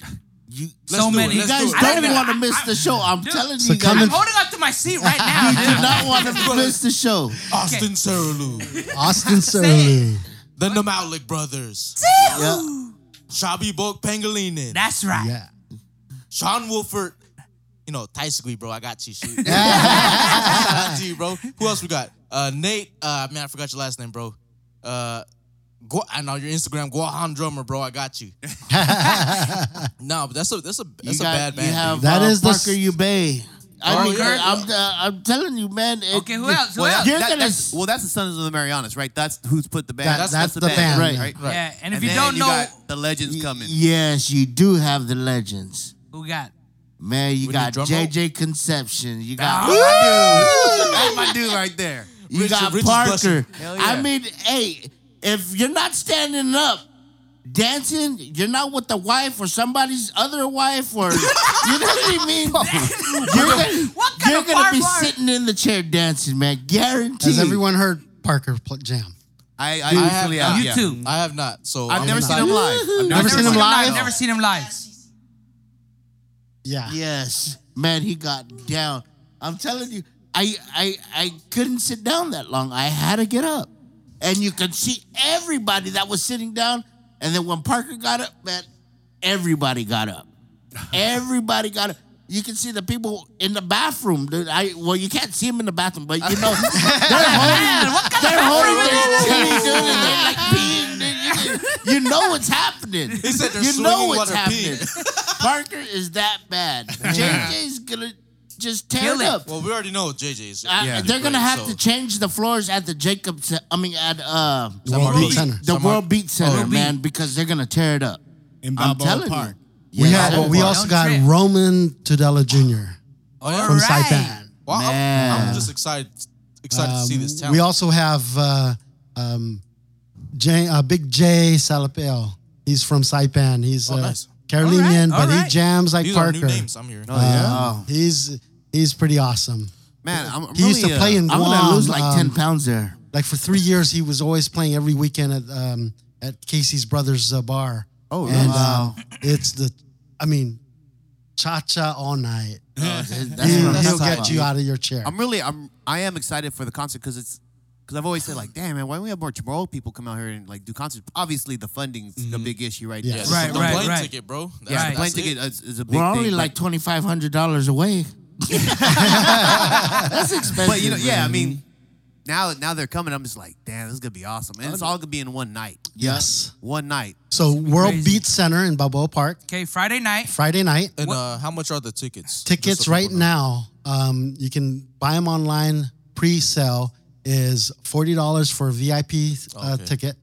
F: you,
C: so
D: do it,
C: many.
F: you guys
C: I
F: don't
C: even-
F: want to miss
C: I-
F: the show. I'm
C: Dude,
F: telling
E: So
F: you,
E: come
C: I'm
E: and-
F: guys,
C: holding up to my seat right now.
F: you do
C: dude.
F: not
C: (laughs)
F: want to miss the show.
D: Austin Cerulu,
E: Austin
C: Say
E: Cerulli.
D: the Namalik brothers, Shabi Bok Pangolinin,
C: That's right.
E: Yeah.
D: Sean Wolford. You know, Taisui, bro. I got you. Shoot. Shout (laughs) out to you, bro. Who else we got? Uh, Nate. Uh, man, I forgot your last name, bro. Uh, Gu- I know your Instagram, Guahan drummer, bro. I got you. no, but that's a that's a that's a
F: you got,
D: bad band.
F: You have
D: dude.
E: That
F: uh,
E: is the s-
F: Parker Ubay. I
D: Oh,
F: mean,
D: yeah.
F: I'm, uh, I'm telling you, man. It,
C: Okay, who else? Who
B: Well,
C: else?
B: that,
F: You're
B: that,
F: gonna
B: that's,
F: s-
B: well, that's the Sons of the Marianas, right? That's who's put the band.
E: That-
B: that's,
E: that's
B: the,
E: the
B: band,
E: band.
B: right?
D: Right.
C: Yeah, and if you
B: then
C: don't know,
B: got the legends coming.
F: Yes, you do have the legends.
C: who we got?
F: Man, you
D: With the
F: got
D: drum
F: JJ Conception. You got
B: That's my dude right there.
F: you
D: Richard-
F: got
D: Richard's
F: Parker.
D: busting.
B: Hell yeah.
F: I mean, hey, if you're not standing up, dancing, you're not with the wife or somebody's other wife or you know what I mean. you're gonna,
C: What kind
F: you're
C: of
F: gonna be
C: barbar-
F: sitting in the chair dancing, man. Guaranteed.
E: Has everyone heard Parker pl- jam?
B: I, I,
D: I have
B: usually
D: not.
B: have,
C: You
B: Uh, yeah.
C: too.
D: I have not. So
B: I've
D: I'm
B: never
D: not-
B: seen him live. I've
F: Never
E: seen him live?
C: Never seen him live.
E: Yeah.
F: Yes, man, he got down. I'm telling you, I I I couldn't sit down that long. I had to get up, and you could see everybody that was sitting down. And then when Parker got up, man, everybody got up. Everybody got up. You can see the people in the bathroom. dude. I well, you can't see them in the bathroom, but you know they're holding, they're holding their titty, dude, and they're like peeing. Dude. You, you know what's happening.
D: He said they're
F: you know
D: swinging
F: what's
D: while they're
F: happening. Parker is that bad. JJ's gonna just tear
C: Kill
F: it
C: it.
F: up.
D: Well, we already know JJ's.
F: I-
D: Yeah.
F: they're gonna
D: Right,
F: have
D: so-
F: to change the floors at the Jacobs. I mean, at uh,
E: World World Beat Beat. Center.
F: the
D: Some
F: World Beat Center,
C: World
F: man, because they're gonna tear it up.
A: in
F: I'm
A: Balboa
F: telling
A: Park.
F: you.
E: we
F: Yeah,
E: had, but we
F: Balboa.
E: also
C: Don't
E: got
C: trip.
E: Roman Tudela Jr.
D: Oh, yeah?
E: from
C: All right.
E: Saipan.
D: Well, I'm, I'm
F: Man.
D: just excited excited to see this
E: Um,
D: talent.
E: we also have uh, um, J, uh, Big J Salapel. He's from Saipan. He's uh,
D: nice.
E: Carolinian,
C: All right,
E: but
C: all right.
E: he jams like
D: These are
E: Parker.
D: new names I'm hearing.
B: Oh, yeah.
E: Um, He's he's pretty awesome.
B: Man, I'm I'm
E: He used
B: really,
E: to play
B: uh,
E: in
F: I'm
E: Guam.
F: gonna lose like ten
E: um,
F: pounds there.
E: like for three years he was always playing every weekend at um, at Casey's brother's uh, bar.
F: Oh,
E: and,
F: wow.
E: um, it's the, I mean, cha cha all night.
F: That's what
E: He,
F: I'm
E: will
F: talking
E: get you
F: about.
E: out of your chair.
B: I'm really I'm I am excited for the concert because it's because I've always said like, damn man, why don't we have more tomorrow people come out here and like do concerts? Obviously, the funding's the big issue right
E: Yeah.
B: there.
E: Right,
D: This is
C: Mm-hmm. Right,
D: the
C: right,
D: plane
C: right.
D: ticket, bro. That's,
C: Yeah, the
B: The plane
D: that's it.
B: ticket is, is a big
F: We're only
B: thing, but-
F: like twenty five hundred dollars away. That's expensive.
B: But you know, yeah, I
F: man.
B: mean, now now they're coming. I'm just like, damn, this is gonna be awesome, and it's all gonna be in one night.
E: yes.
B: One night.
E: So World
C: crazy.
E: Beat Center in Balboa Park
C: Okay, Friday night.
E: Friday night.
D: And uh, how much are the tickets? Just
E: Tickets
D: so
E: right
D: people know.
E: now. Um, you can buy them online. Pre-sale is forty dollars for a VIP uh,
D: Okay.
E: ticket,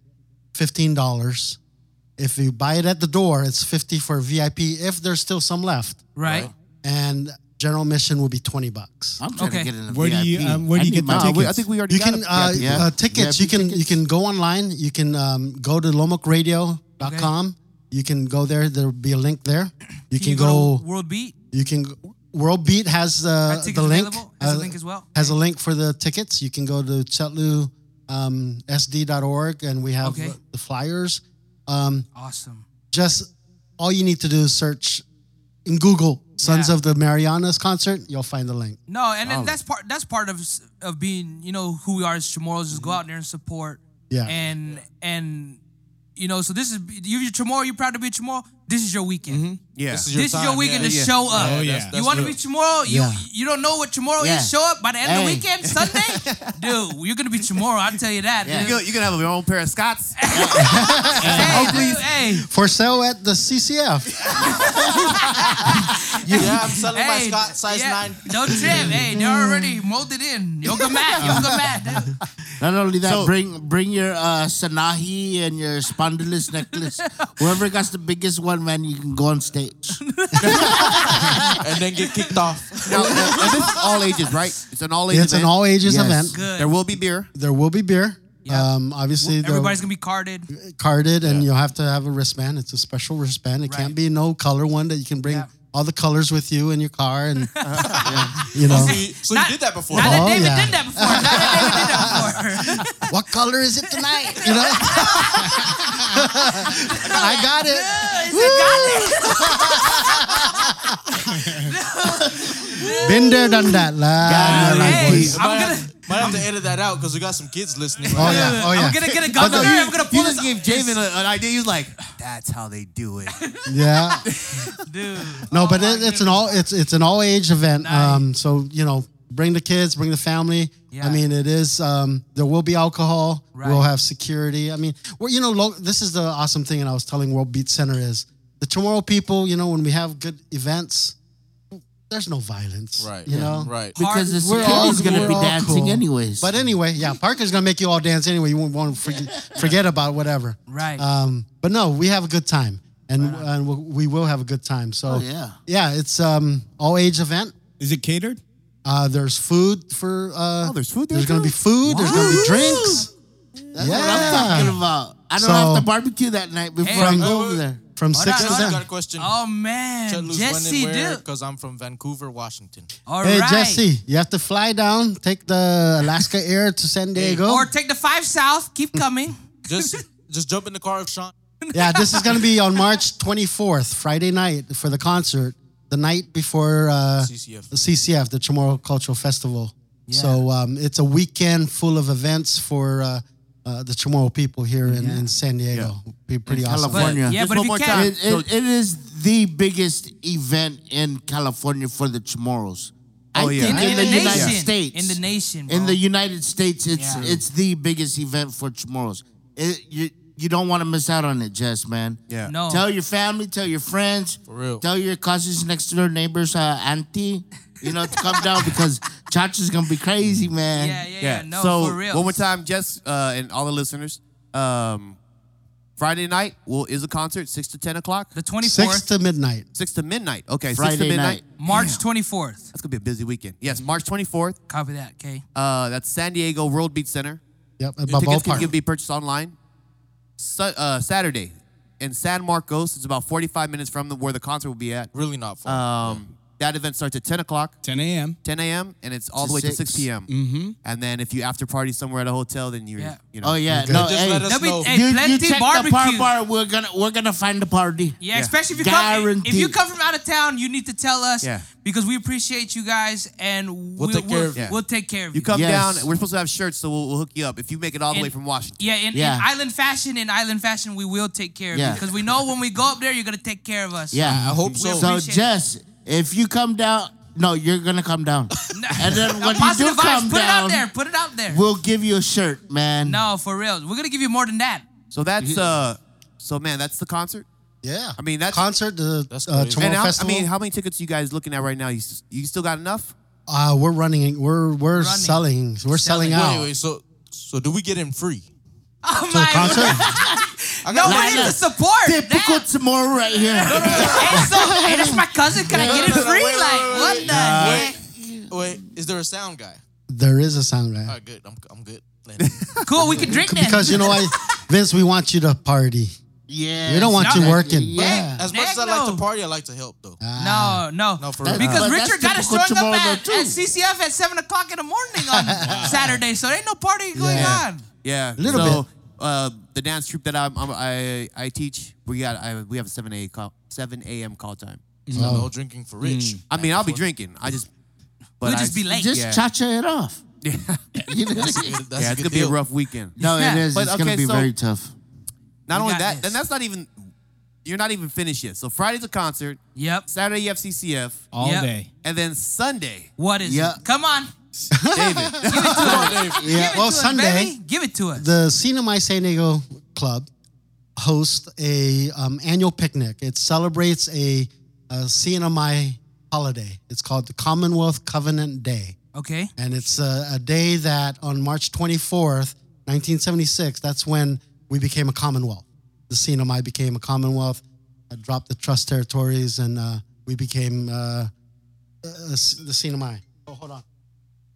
E: fifteen dollars. If you buy it at the door, it's fifty for a VIP. If there's still some left,
C: Right.
E: and general admission will be twenty bucks.
F: I'm trying
C: Okay.
F: to get in the
A: Where do
F: VIP.
A: you, um, where do
F: I
A: you
F: need
A: get the
F: my-
A: tickets?
B: I think we already
E: You
B: got
E: can
B: a-
E: uh,
F: yeah.
E: uh, tickets. you
F: VIP
E: can you can go online. You can um, go to lomokradio.com. You can go there. There'll be a link there. You can,
C: you
E: go.
C: to World Beat.
E: you can. World Beat has uh,
C: That
E: the
C: ticket's
E: link.
C: available. Has a
E: uh,
C: link as well.
E: has a link for the tickets. You can go to chetlu um, sd.org and we have
C: Okay.
E: the flyers. Um,
C: Awesome.
E: just all you need to do is search in Google Sons
C: Yeah.
E: of the Marianas concert. You'll find the link.
C: No, and then that's part that's part of s- of being you know who we are as Chamorros. Just go out there and support.
E: Yeah.
C: And and You know, so this is you- you're Chamorro. You're proud to be Chamorro. This is your weekend.
B: Yeah.
D: This is your
C: This is your
D: time,
C: weekend
D: yeah,
C: to
D: yeah.
C: show up.
A: Oh, yeah.
D: That's-
C: you want to
D: real.
C: be Chamorro? You
E: Yeah.
C: you don't know what Chamorro
F: Yeah.
C: is. Show up by the end of the
F: Hey.
C: weekend, Sunday, dude. You're gonna be Chamorro. I'll tell you that.
F: Yeah.
C: dude.
B: You're gonna, you're gonna have your own pair of Scots.
C: Hey, dude, hey,
E: For sale at the
C: (laughs)
E: CCF.
D: Yeah, I'm selling
C: hey, yeah, No trip. Hey, they're already molded in. Yoga mat, yoga mat. Dude.
F: Not only that,
B: So-
F: bring bring your uh, Sanahi and your spondylus necklace. Whoever got the biggest one, man, you can go on stage.
D: and then get kicked off.
B: now, now, this is all ages, right? It's an all ages.
E: It's an all ages
F: Yes.
E: event.
C: Good.
B: There will be beer.
E: There will be beer.
C: Yeah.
E: Um, obviously, they'll-
C: Everybody's gonna be carded.
E: carded and you'll have to have a wristband. It's a special wristband. It can't
C: Right.
E: be no color one that you can bring
C: Yeah.
E: all the colors with you in your car
C: (laughs)
E: and (laughs) you know
D: So you, so you
C: Not-
D: did that before.
C: Not that
E: Oh,
C: David
E: yeah.
C: did that before. Not that David did that before.
E: what color is it tonight? You know, (laughs) I got it.
C: It's a goddamn-
E: Been there, done that. La-
F: Got it.
E: la- la-
C: Hey,
E: boys.
C: I'm
D: might,
C: gonna-
D: have, might have to edit that out because we got some kids listening.
E: Oh yeah, oh yeah,
C: I'm gonna get a governor. I'm gonna pull
B: You
C: this.
B: just gave Jamin a- an idea. He's like, "That's how they do it."
C: (laughs)
E: yeah.
C: Dude.
E: No,
C: Oh
E: but
C: my
E: it, it's
C: goodness.
E: an all it's it's an all age event. Um, so you know, bring the kids, bring the family.
C: Yeah.
E: I mean, it is. Um, there will be alcohol.
C: Right.
E: We'll have security. I mean, we're you know, lo- this is the awesome thing. And I was telling World Beat Center is the tomorrow people. You know, when we have good events, there's no violence.
D: Right.
E: You
D: Yeah.
E: know.
D: Right.
F: Because the
E: We're all
F: security's gonna
E: we're
F: be
E: all
F: dancing
E: cool.
F: anyways.
E: But anyway, yeah, Parker's gonna make you all dance anyway. You won't, won't forget, forget about whatever.
C: Right.
E: Um, but no, we have a good time, and and we'll, we will have a good time. So
F: Oh, yeah.
E: yeah, it's um all age event.
A: Is it catered?
E: Uh, there's food for. Uh,
B: Oh, there's food there
E: There's gonna
B: too?
E: be food. There's gonna be drinks.
F: that's what
E: yeah.
F: I'm talking about. I don't
E: So- uh,
F: have to barbecue that night before I
C: Hey.
F: go over there.
E: From six
C: no,
E: to
C: no,
D: I got a
E: seven.
D: question.
C: Oh man,
D: Chetlu's
C: Jesse,
D: when and where?
C: dude.
D: Because I'm from Vancouver, Washington.
C: All right.
E: Hey Jesse, you have to fly down, take the Alaska Air to San Diego.
C: Or take the five south. Keep coming. (laughs)
D: Just just jump in the car with Sean.
E: yeah, this is gonna be on March 24th, Friday night for the concert. The night before uh,
D: CCF.
E: the CCF, the Chamorro Cultural Festival. So um, it's a weekend full of events for uh, uh, the Chamorro people here in, in San Diego. Be pretty awesome.
C: But,
F: California.
C: yeah,
B: Just
C: but if
B: one
C: you
B: more
C: can,
B: time.
F: It, it, it is the biggest event in California for the Chamorros. I
B: Oh, yeah.
F: think
C: in,
F: in
C: the,
F: the, United
C: nation,
F: States.
C: in the nation,
F: In
C: bro.
F: the United States, it's
C: Yeah.
F: it's the biggest event for Chamorros. It, you you don't want to miss out on it, Jess, man.
B: (laughs) Yeah.
C: no,
F: Tell your family, tell your friends,
D: For real.
F: tell your cousins next door neighbors, uh, auntie, you know, to come down (laughs) because Chacha's gonna be crazy, man.
C: yeah, yeah, yeah,
B: Yeah.
C: no,
B: so
C: for real.
B: one more time, Jess uh, and all the listeners. Um, Friday night will is a concert, six to ten o'clock,
C: the 24th,
E: Six to midnight.
B: six to midnight. Okay, six to
F: Friday
B: midnight.
F: night.
C: March 24th.
B: That's gonna be a busy weekend. Yes, March twenty fourth.
C: Copy that, okay?
B: Uh, that's San Diego World Beat Center.
E: Yep, at
B: Tickets
E: Balboa
B: can,
E: Park.
B: can be purchased online. Su- uh, Saturday in San Marcos. It's about forty five minutes from the, where the concert will be at.
D: Really not
E: Uh,
D: fun.
B: Um, that event starts at ten o'clock.
A: 10 a.m.
B: 10 a.m. and it's all
F: To
B: the way to
F: 6.
B: 6 p.m. Mm-hmm. And then if you after party somewhere at a hotel, then you
C: Yeah.
B: are you know.
F: Oh yeah, no,
D: Just
F: hey,
D: let
C: There'll
D: us
C: be
D: know.
C: hey,
F: you, you
C: plenty
F: check the
C: barbecue.
F: bar bar. We're gonna we're gonna find the party.
C: Yeah, especially if you come. If you
F: Guaranteed.
C: come from out of town, you need to tell us
B: Yeah.
C: because we appreciate you guys and we'll,
D: take care
C: we'll-
D: of you.
C: we'll take care of you.
B: You come
F: Yes.
B: down. We're supposed to have shirts, so we'll, we'll hook you up if you make it all the way
C: And-
B: from Washington.
C: Yeah, in,
F: Yeah.
C: in island fashion, in island fashion, we will take care of you
F: Yeah.
C: because we know when we go up there, you're gonna take care of us.
F: Yeah,
D: I hope so.
F: So
C: Appreciate it.
F: Jess, if you come down, no, you're gonna come
C: (laughs)
F: down, and then
C: Now,
F: when you do
C: positive vibes.
F: come
C: Put it out
F: down,
C: there. Put it out there.
F: we'll give you a shirt, man.
C: no, for real. We're gonna give you more than that. (laughs)
B: So that's uh, so man, that's the concert.
E: yeah.
B: I mean, that's-
E: concert, the
D: That's
E: uh,
D: crazy.
E: Tomorrow
B: And how, I
E: Festival.
B: mean, how many tickets you guys looking at right now? You s- you still got enough?
E: uh, we're running. We're we're
C: Running.
E: selling. We're selling,
C: Selling.
E: out.
D: Wait, wait, so so do we get in free?
C: Oh
E: The
C: my
E: concert.
C: Nobody
F: Lila.
C: to support.
F: Typical
C: Damn.
F: tomorrow right
C: (laughs)
F: here.
C: hey, so, hey, that's my cousin. Can I get it
D: no, no,
C: free?
D: wait,
C: like,
D: wait, wait,
C: what
D: wait.
C: the
D: Nah.
C: heck?
D: Wait, is there a sound guy?
E: there is a sound guy
D: All right, good. I'm I'm good.
C: (laughs) Cool, we can drink then.
E: because you know I, Vince, we want you to party.
F: yeah,
E: We don't want you
C: No.
E: working.
F: Yeah.
D: As much as I like
C: Negro.
D: to party, I like to help though.
E: Ah,
C: no, no.
D: No, for real.
C: because
F: But that's
C: Richard got us
F: typical
C: showing up
F: tomorrow,
C: at,
F: too.
C: at CCF at 7 o'clock in the morning
F: (laughs)
C: on Saturday, so there ain't no party going
E: Yeah.
C: on.
B: Yeah,
E: Little
B: so,
E: bit.
B: Uh, the dance troupe that I'm, I'm I I teach, we got I, we have a seven a call, seven a.m. call time.
D: So
E: oh.
D: no drinking for
E: Mm.
D: rich.
B: I mean, I'll be drinking. I just but
C: We'll
B: I-
C: just be late.
F: Just
B: Yeah.
F: cha-cha it off.
B: Yeah,
F: (laughs) You know?
D: That's
B: it's
D: a good
B: gonna be
D: deal.
B: a rough weekend.
F: (laughs) no,
C: Yeah.
F: it is.
B: But,
F: it's gonna
B: okay,
F: be
B: so-
F: very tough.
B: Not
C: We
B: only
C: got
B: that,
C: this.
B: then that's not even you're not even finished yet. So Friday's a concert,
C: Yep.
B: Saturday you have CCF,
A: all
C: Yep.
A: day.
B: and then Sunday,
C: What is
F: Yeah.
C: it? Come on.
B: (laughs) David.
E: Yeah.
C: Give it
E: Well,
C: to us,
E: Sunday,
C: baby. Give it to us.
E: the Cinemai San Diego Club hosts a um, annual picnic. It celebrates a, a Cinemai holiday. It's called the Commonwealth Covenant Day,
C: Okay.
E: and it's a, a day that on March 24th, 1976, that's when we became a Commonwealth. The Cinemai became a Commonwealth, uh, dropped the trust territories, and uh, we became uh, uh, the Cinemai. Oh, hold on.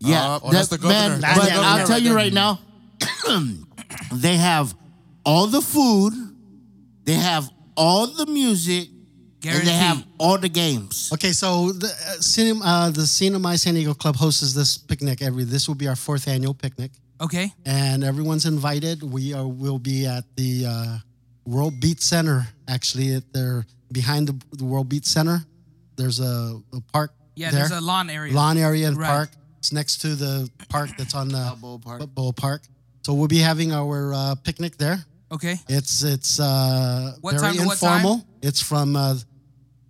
F: Yeah,
D: Uh, oh, that's the governor.
F: man.
D: That's
F: but
D: the governor
F: I'll tell
D: right
F: you
D: there.
F: right now, (clears throat) they have all the food, they have all the music, and
C: Guaranteed.
F: they have all the games.
E: Okay, so the uh, cinema, uh, the Cinema San Diego Club hosts this picnic every. This will be our fourth annual picnic,
C: Okay.
E: and everyone's invited. We are will be at the uh, World Beat Center. Actually, at their behind the, the World Beat Center, there's a, a park.
C: Yeah,
E: there.
C: there's a lawn area.
E: lawn area and
C: Right.
E: park. It's next to the park that's on the
F: Balboa Park.
E: Balboa Park. So we'll be having our uh, picnic there.
C: Okay.
E: It's it's uh,
C: What
E: very
C: time to what time?
E: informal. It's from uh,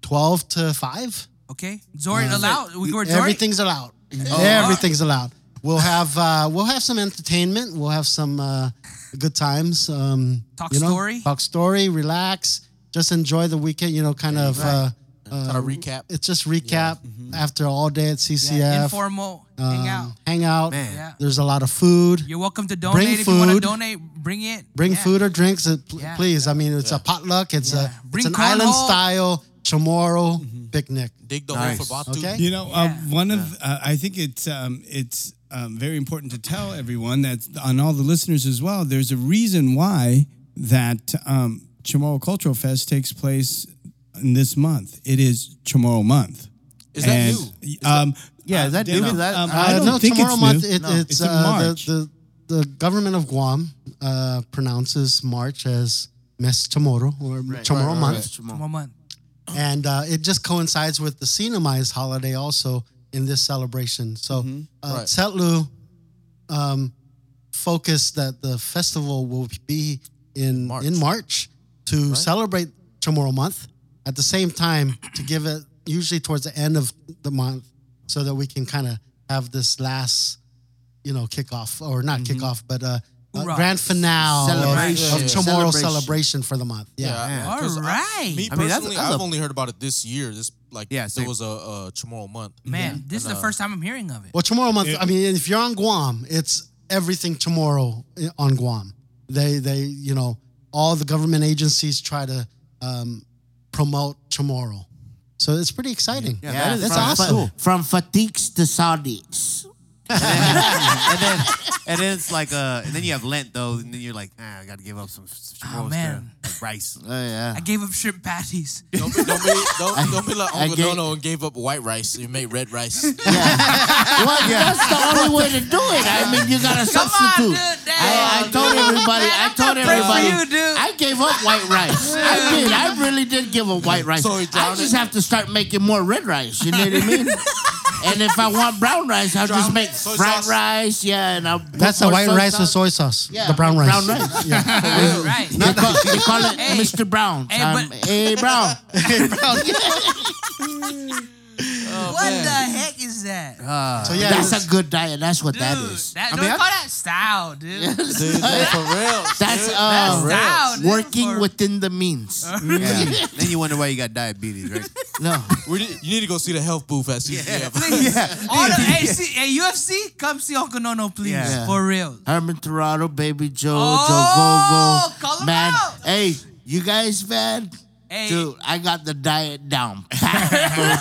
E: twelve to five.
C: Okay. Zori allowed. We were Zori.
E: Everything's allowed. Everything's allowed. We'll have uh, we'll have some entertainment. We'll have some uh, good times. Um,
C: Talk
E: you know,
C: story.
E: Talk story. Relax. Just enjoy the weekend. You know, kind of. Uh, uh,
D: Kinda recap.
E: It's just recap after all day at CCF.
C: Informal. hang out.
E: um, hang out.
B: Man.
C: Yeah.
E: There's a lot of food.
C: You're welcome to donate if you want to
E: food.
C: donate. Bring it.
E: Bring
C: Yeah.
E: food or drinks, uh, pl-
C: Yeah.
E: please. I mean, it's a potluck. It's
C: Yeah.
E: a
C: Bring
E: it's an island
C: cornhole.
E: style chamorro picnic.
D: Dig the
B: Nice.
D: hole for Batu.
E: Okay.
A: You know, uh, one of uh, I think it's um, it's um, very important to tell everyone that on all the listeners as well. There's a reason why that um, Chamorro Cultural Fest takes place in this month. It is Chamorro month.
D: Is that
A: And,
D: new?
A: Um,
B: Yeah, is that
A: David,
B: new? Is that-
A: um,
B: uh,
A: I don't
E: no,
A: think
E: tomorrow
A: it's
E: month
A: new.
E: It, it's,
A: in
E: uh,
A: March.
E: The, the the government of Guam uh, pronounces March as Mes Chamorro or Chamorro month,
C: One month.
E: and uh, it just coincides with the Sinomai's holiday also in this celebration. So uh,
D: Right.
E: Setlu um, focused that the festival will be in
D: March.
E: in March to celebrate Chamorro month. At the same time, to give it usually towards the end of the month, so that we can kind of have this last, you know, kickoff or not kickoff, but uh, uh,
C: Hoorah.
E: grand finale of,
F: Celebration.
E: of Chamorro
F: Celebration.
E: celebration for the month. yeah.
D: Yeah.
C: All
D: 'cause I-
C: right.
D: Me
B: I mean, that's-
D: personally,
B: that's
D: I've
B: a-
D: only heard about it this year. This like
B: Yeah,
D: there
B: same.
D: was a, a Chamorro month.
C: Man, this is the first time I'm hearing of it.
E: Well, tomorrow month. I mean, if you're on Guam, it's everything tomorrow i- on Guam. They they you know all the government agencies try to um, promote tomorrow, so it's pretty exciting.
B: Yeah, that is
E: that's
B: fun.
E: awesome.
B: Cool.
F: From fatigues to Saudis.
B: and then and then it's like uh and then you have Lent though, and then you're like, ah, I gotta give up some, some
C: Oh, man. (laughs)
B: Like rice.
F: Oh yeah.
C: I gave up shrimp patties.
D: Don't be, don't be, don't, don't be like
F: I
D: Uncle
F: gave-
D: Nono and gave up white rice. You made red rice.
F: (laughs) Well, that's the only way to do it. I mean, you gotta
C: Come on, dude.
F: substitute. I, I
C: Damn.
F: told everybody.
C: Man,
F: I
C: I'm
F: told
C: not praying Oh, for
F: everybody.
C: you, dude.
F: I gave up white rice. I did. I really did give up white rice.
D: So he
F: I
D: drowned
F: just
D: it?
F: have to start making more red rice. You know what
C: (laughs)
F: I mean? and if I want brown rice, I'll just
D: Drowned
F: make
D: soy
F: fried
D: sauce.
F: rice. Yeah, and I'll. put
E: That's the
F: more
E: white
F: soy
E: rice with
F: sauce.
E: soy sauce.
F: Yeah,
E: the brown rice.
F: Brown rice.
E: yeah.
C: All right.
F: They call, they call it
C: Hey.
F: Mr. Brown.
C: Hey,
F: I'm
C: but-
F: A
C: (laughs)
F: Brown. (laughs)
C: what the heck is that?
E: So yeah,
F: That's
E: it's-
F: a good diet. That's what
C: dude,
F: that is.
C: that- don't call that style, dude. That's
D: Dude, like, for real.
F: That's
D: dude.
F: uh,
D: real.
C: style, dude.
F: working
C: For-
F: within the means.
B: Yeah. then you wonder why you got diabetes,
C: (laughs)
B: right?
F: No.
D: We need- you need to go see the health booth at CCF.
C: (laughs) Please. All the, hey, see, hey, UFC, come see Uncle Nono, please.
B: Yeah.
C: For real.
F: Herman Torado, Baby Joe,
C: Oh,
F: Joe
C: call
F: Gogo.
C: 'em
F: Man,
C: out.
F: hey, you guys, man,
C: Hey,
F: dude, I got the diet down. pat.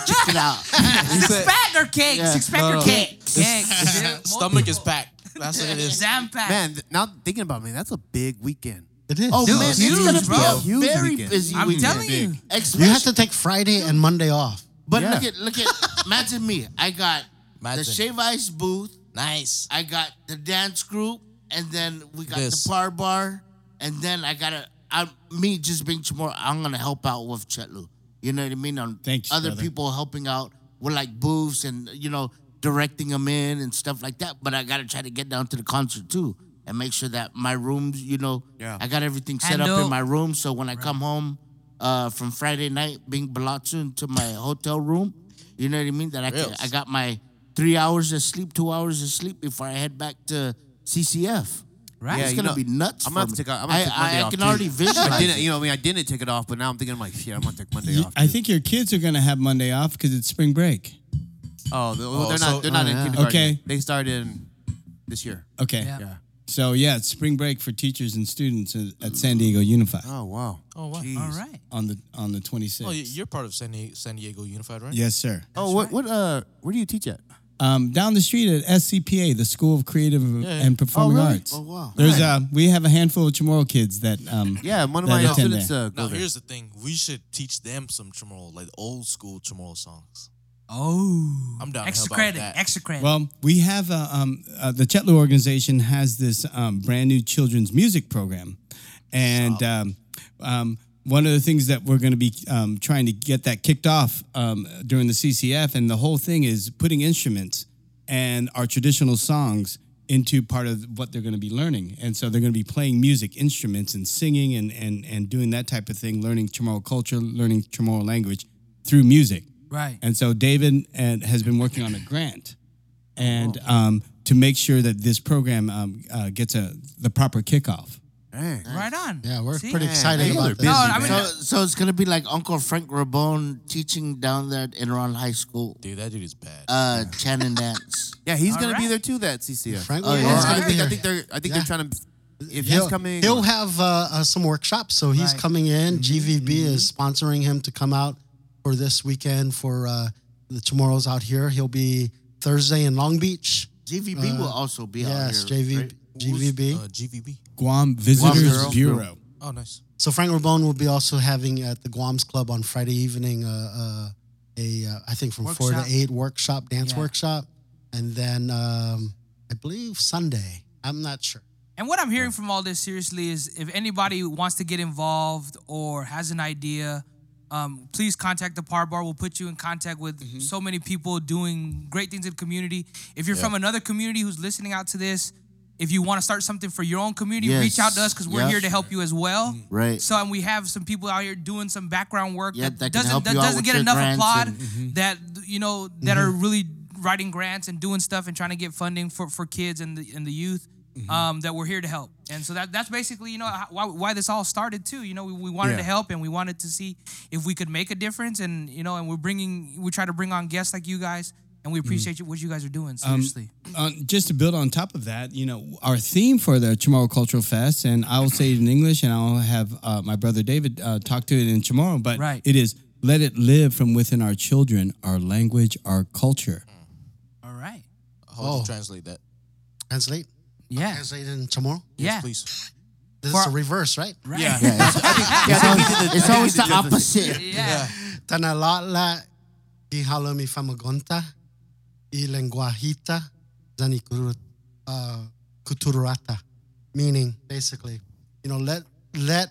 F: Check
C: (laughs)
F: it out.
C: six pack or cake?
F: Yeah.
C: Six pack or
D: No.
C: cake? Cake. dude.
D: (laughs) Stomach is packed. That's what it is.
C: Jam pack.
B: Man, th- now thinking about it, man, that's a big weekend.
E: it is.
F: Oh,
E: Dude,
F: man,
C: huge,
F: it's going to
C: bro.
F: be a
B: Huge
F: very
B: weekend.
F: busy
C: I'm
F: weekend.
C: telling you.
E: you
F: Especially-
E: have to take Friday and Monday off.
F: but
B: Yeah.
F: look at, (laughs) look at, imagine me. I got
D: Imagine.
F: the Shave Ice booth.
D: Nice.
F: I got the dance group, and then we got
D: This.
F: the par bar, and then I gotta. I me just being tomorrow. I'm gonna help out with Chetlu. You know what I mean? On
A: Thanks,
F: other
A: brother.
F: people helping out with like booths and you know directing them in and stuff like that. But I gotta try to get down to the concert too. and make sure that my rooms, you know,
B: Yeah.
F: I got everything set up
C: Handle-
F: in my room. So when I come home uh, from Friday night, being Balatsu to my hotel room, you know what I mean? That I, can,
D: Yes.
F: I got my three hours of sleep, two hours of sleep before I head back to CCF.
C: Right.
F: it's
B: you
F: gonna
B: know,
F: be nuts.
B: I'm
F: for
B: gonna have
F: me.
B: to take a- I'm gonna
F: I-
B: take Monday
F: I- I
B: off
F: can
B: too. (laughs)
F: already
B: I
F: visualize.
B: didn't,
F: it.
B: you know, I mean, I didn't take it off, but now I'm thinking, I'm like, shit, I'm gonna take Monday
A: Y-
B: off.
A: I
B: too.
A: think your kids are gonna have Monday off because it's spring break.
B: Oh, they- well,
D: Oh,
B: they're
D: so-
B: not. They're not
E: oh,
B: in
E: yeah.
B: kindergarten.
A: Okay.
B: They started in this year.
A: Okay.
C: Yeah.
B: Yeah.
A: So yeah, it's spring break for teachers and students at at San Diego Unified
B: Oh wow.
D: Oh, wow.
B: Jeez.
C: All right.
A: on the on the 26th.
D: Oh, y- you're part of San, Di- San Diego Unified, right?
A: Yes, sir.
B: Oh, what? What? Uh, where do you teach at?
A: Um, down the street at SCPA, the School of Creative
D: yeah.
A: and Performing
B: Oh, really?
A: Arts.
F: Oh, wow.
A: There's uh, we have a handful of Chamorro kids that um,
B: Yeah, one of
A: That
B: my
A: attend
B: students.
A: there.
B: Uh,
D: Now
B: go there.
D: here's the thing: we should teach them some Chamorro, like old school Chamorro songs.
C: Oh.
D: I'm down
C: Extra
D: to help out with
C: credit.
D: that.
C: Extra credit.
A: Well, we have uh, um, uh, the Chetlu organization has this um, brand new children's music program, and um, um, one of the things that we're going to be um, trying to get that kicked off um, during the CCF, and the whole thing is putting instruments and our traditional songs into part of what they're going to be learning, and so they're going to be playing music, instruments, and singing, and and and doing that type of thing, learning Chamorro culture, learning Chamorro language through music.
C: right.
A: And so David and has been working on a grant, and um, to make sure that this program um, uh, gets a the proper kickoff.
B: Dang.
C: Right on.
E: Yeah, we're
C: See?
E: pretty
B: I
E: excited
B: think
E: about
B: they're
E: this.
C: No, I mean,
F: So, so it's gonna be like Uncle Frank Rabone teaching down there at Enron High School,
D: Dude, that dude is bad.
F: uh, chant and dance.
B: (laughs) Yeah, he's
C: All
B: gonna be
C: right.
B: there too. That CCF.
E: Frank
F: Oh,
E: Williams
F: yeah.
E: is
B: I
E: gonna be
B: think, I
E: there.
B: think they're. I think
E: Yeah.
B: they're trying to. If he's coming,
E: he'll have uh, uh, some workshops, so he's
C: Right. Mm-hmm.
E: coming in. GVB is sponsoring him to come out for this weekend for uh, the tomorrow's out here. He'll be Thursday in Long Beach. Uh,
F: GVB will also be
E: yes,
F: out here.
E: JV,
F: right?
E: GVB.
D: uh, GVB.
A: Guam Visitors
F: Girls
A: Bureau.
F: Bureau.
D: Oh, nice.
E: So Frank Rabone will be also having at the Guam's Club on Friday evening uh, uh, a uh, I think from four to
C: Workshop.
E: eight workshop dance
C: Yeah.
E: workshop, and then um, I believe Sunday. I'm not sure.
C: And what I'm hearing from all this, seriously, is if anybody wants to get involved or has an idea, um, please contact the Par Bar. We'll put you in contact with so many people doing great things in the community. If you're from another community who's listening out to this, if you want to start something for your own community, reach
F: Yes.
C: out to us because we're
F: Yes.
C: here to help you as well.
F: Right.
C: So, and we have some people out here doing some background work
F: Yeah,
C: that,
F: that can
C: doesn't
F: help
C: that
F: you out
C: doesn't
F: with
C: get
F: your
C: enough
F: grants
C: applaud.
F: and- mm-hmm.
C: That you know that are really writing grants and doing stuff and trying to get funding for, for kids and the and the youth.
F: Mm-hmm.
C: Um, that we're here to help, and so that that's basically you know how- why, why this all started too. You know, we, we wanted
B: Yeah.
C: to help and we wanted to see if we could make a difference, and you know, and we're bringing we try to bring on guests like you guys, and
F: Mm-hmm.
C: we appreciate you, what you guys are doing
F: Um,
C: seriously.
A: Uh, just to build on top of that, you know, our theme for the Chamorro Cultural Fest, and I will say it in English, and I'll have uh, my brother David uh, talk to it in Chamorro. But
C: Right.
A: it is let it live from within our children, our language, our culture.
C: all right,
D: How would
E: Oh.
D: you translate that?
E: Translate.
C: yeah,
E: Translate in tomorrow.
C: yeah, (laughs)
D: Please.
E: This
C: For-
E: is a reverse, right?
C: right,
B: Yeah.
F: it's always, it's always the opposite.
C: yeah.
E: Tanalala Gihalomi Famagonta I Lenguajita Kuturata. uh, Meaning basically, you know, let let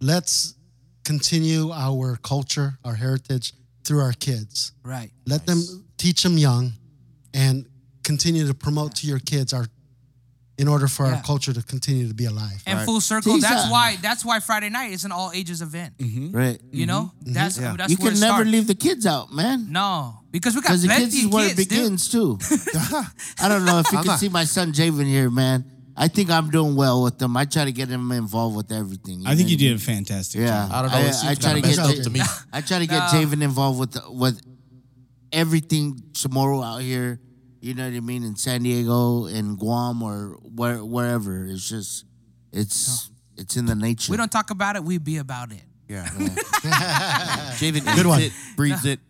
E: let's continue our culture, our heritage through our kids.
C: right.
E: Let them teach them young and continue to promote to your kids our in order for
C: Yeah.
E: our culture to continue to be alive.
C: and full circle.
F: These
C: that's
F: are-
C: why that's why Friday night is an all ages event.
F: Right.
C: You know, that's that's
F: you
C: where
F: can
C: it
F: never
C: starts.
F: leave the kids out, man.
C: No, because we got
F: Because the
C: plenty
F: kids is
C: of
F: where
C: kids.
F: it begins
C: (laughs)
F: too. Uh-huh. I don't know if you
D: Uh-huh.
F: can see my son Javen here, man. I think I'm doing well with them. I try to get him involved with everything.
A: I think you
F: know what mean?
A: did a fantastic
F: Yeah,
A: job.
D: I don't know.
F: I-
D: it seems
F: I try
D: kinda
F: to get
D: messed
E: the-
D: up to me.
F: I try to get
C: Nah.
F: Javen involved with with everything tomorrow out here. You know what I mean in San Diego and Guam or where, wherever. It's just it's it's in the nature.
C: We don't talk about it. We be about it.
B: Yeah. Javen
E: Good
B: eats
E: one.
B: it, breathes it.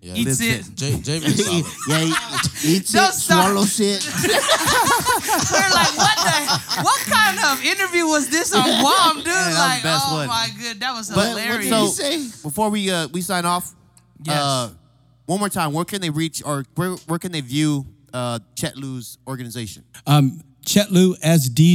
D: Yeah.
C: Eats it. (laughs)
D: J- Javen is
F: yeah,
D: solid.
F: he eats
C: Don't
F: it,
C: stop.
F: swallows it.
C: We're like, what the? What kind of interview was this on Guam, dude?
B: that was the
C: like,
B: best
C: oh
B: one.
C: my good, that was
B: But what
C: hilarious.
B: so
F: you say?
B: before we uh we sign off,
C: Yes.
B: uh, one more time, where can they reach or where where can they view uh Chet Lou's organization?
A: Um,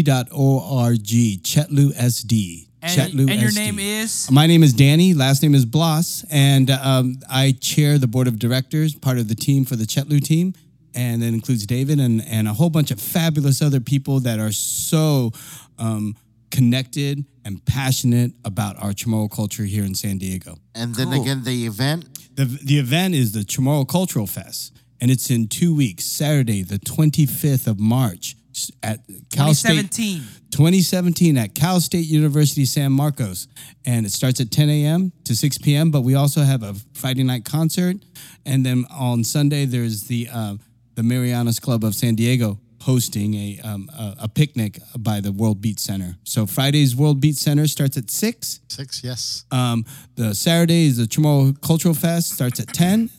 A: ChetluSD.org. ChetluSD.
C: and,
A: Chetlu
C: and your
A: SD.
C: name is
A: My name is Danny. Last name is Bloss, and um, I chair the board of directors, part of the team for the Chetlu team. and that includes David and, and a whole bunch of fabulous other people that are so um, connected and passionate about our Chamorro culture here in San Diego.
F: And then again, the event.
A: The, the event is the Chamorro Cultural Fest, and it's in two weeks, Saturday, the 25th of March s- at Cal State.
C: 2017.
A: 2017 at Cal State University San Marcos, and it starts at 10 a.m. to 6 p.m. But we also have a Friday night concert, and then on Sunday there's the uh, the Marianas Club of San Diego hosting a, um, a a picnic by the World Beat Center. So Friday's World Beat Center starts at six.
E: Six, yes.
A: Um, the Saturday is the Chamorro Cultural Fest starts at 10,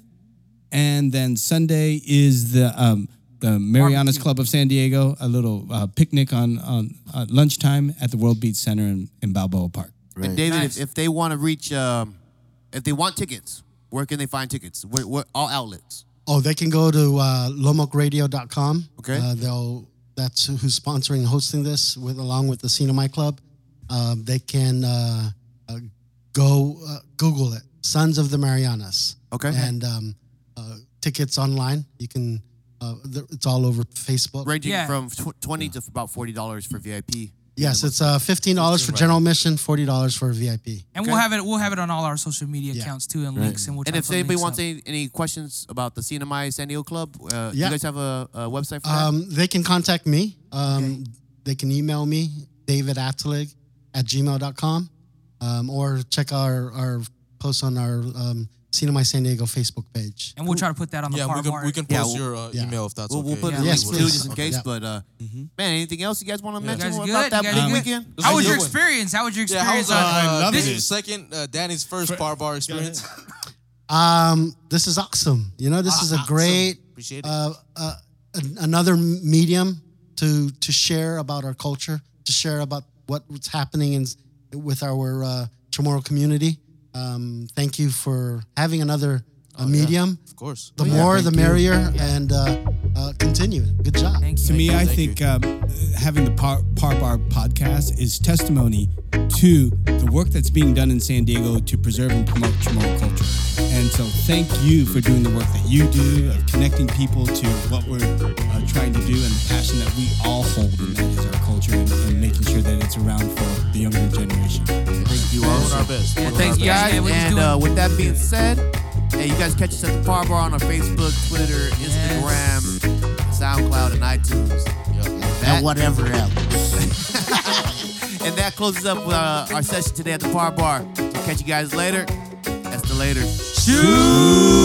A: and then Sunday is the um, the Marianas Club of San Diego, a little uh, picnic on on uh, lunchtime at the World Beat Center in, in Balboa Park.
B: And David, if, if they want to reach, um, if they want tickets, where can they find tickets? Where, where, all outlets.
E: Oh, they can go to uh, lomocradio.com.
B: Okay.
E: Uh, they'll that's who's sponsoring and hosting this with along with the Cinemai Club. Um, they can uh, uh, go uh, Google it, Sons of the Marianas.
B: Okay.
E: And um, uh, tickets online. You can. Uh, th- it's all over Facebook.
B: Ranging
C: Yeah.
B: from tw- 20 to about $40 for VIP.
E: Yes, it's uh, fifteen dollars for general admission, forty dollars for VIP.
C: And we'll have it. We'll have it on all our social media accounts too, and links. And we'll.
B: And
C: try
B: if
C: to put
B: anybody
C: links
B: wants
C: up.
B: any, any questions about the CNMI San Diego Club, uh,
E: Yeah.
B: you guys have a, a website for
F: Uh,
B: that?
E: Um, they can contact me. Um, They can email me, David Atlig at gmail.com, um, or check our, our post on our um, Cena My San Diego Facebook page.
C: and we'll try to put that on the
D: Yeah,
C: part
D: we can
C: mark.
D: we can
B: Yeah,
D: post
B: we'll-
D: your uh,
E: yeah.
D: email if that's
B: We'll,
D: okay.
B: we'll put
C: Yeah,
B: a link
E: yes,
B: too, just
E: please.
B: in case.
E: Yeah.
B: But uh, man, anything else you guys want to
C: You guys
B: mention
C: good?
B: about that
C: You
B: big
C: guys good?
B: weekend?
C: How was
D: How
C: your
D: you doing?
C: experience? How was your
D: Yeah, how
C: experience?
D: was uh,
C: on-
A: I love
D: this
A: it.
D: is second uh, Danny's first bar bar experience?
E: Um, this is awesome. You know, this is a great,
D: Appreciate it.
E: uh, uh, an- another medium to, to share about our culture, to share about what- what's happening in, with our uh, Chamorro community. Um, thank you for having another uh, medium.
D: Oh, of course. Oh,
E: The more, the merrier, and uh, uh, continue. Good job.
C: Thank you.
A: To me, I
D: thank
A: think um, having the Par, Par Bar podcast is testimony to the work that's being done in San Diego to preserve and promote Chamorro culture. And so, thank you for doing the work that you do of connecting people to what we're uh, trying to do and the passion that we all hold, and that is our culture, and, and making sure that it's around for the younger generation.
F: Thank you
D: We're doing
F: also.
D: our best. We're doing
C: thanks,
D: our best.
C: guys.
B: guys.
C: Yeah, we're just
B: and
C: doing-
B: uh, with that being said, hey, you guys catch us at the Par Bar on our Facebook, Twitter, Instagram, SoundCloud, and iTunes. That-
F: And whatever else.
B: and that closes up uh, our session today at the Par Bar. We'll catch you guys later. That's the later.
C: Shoot.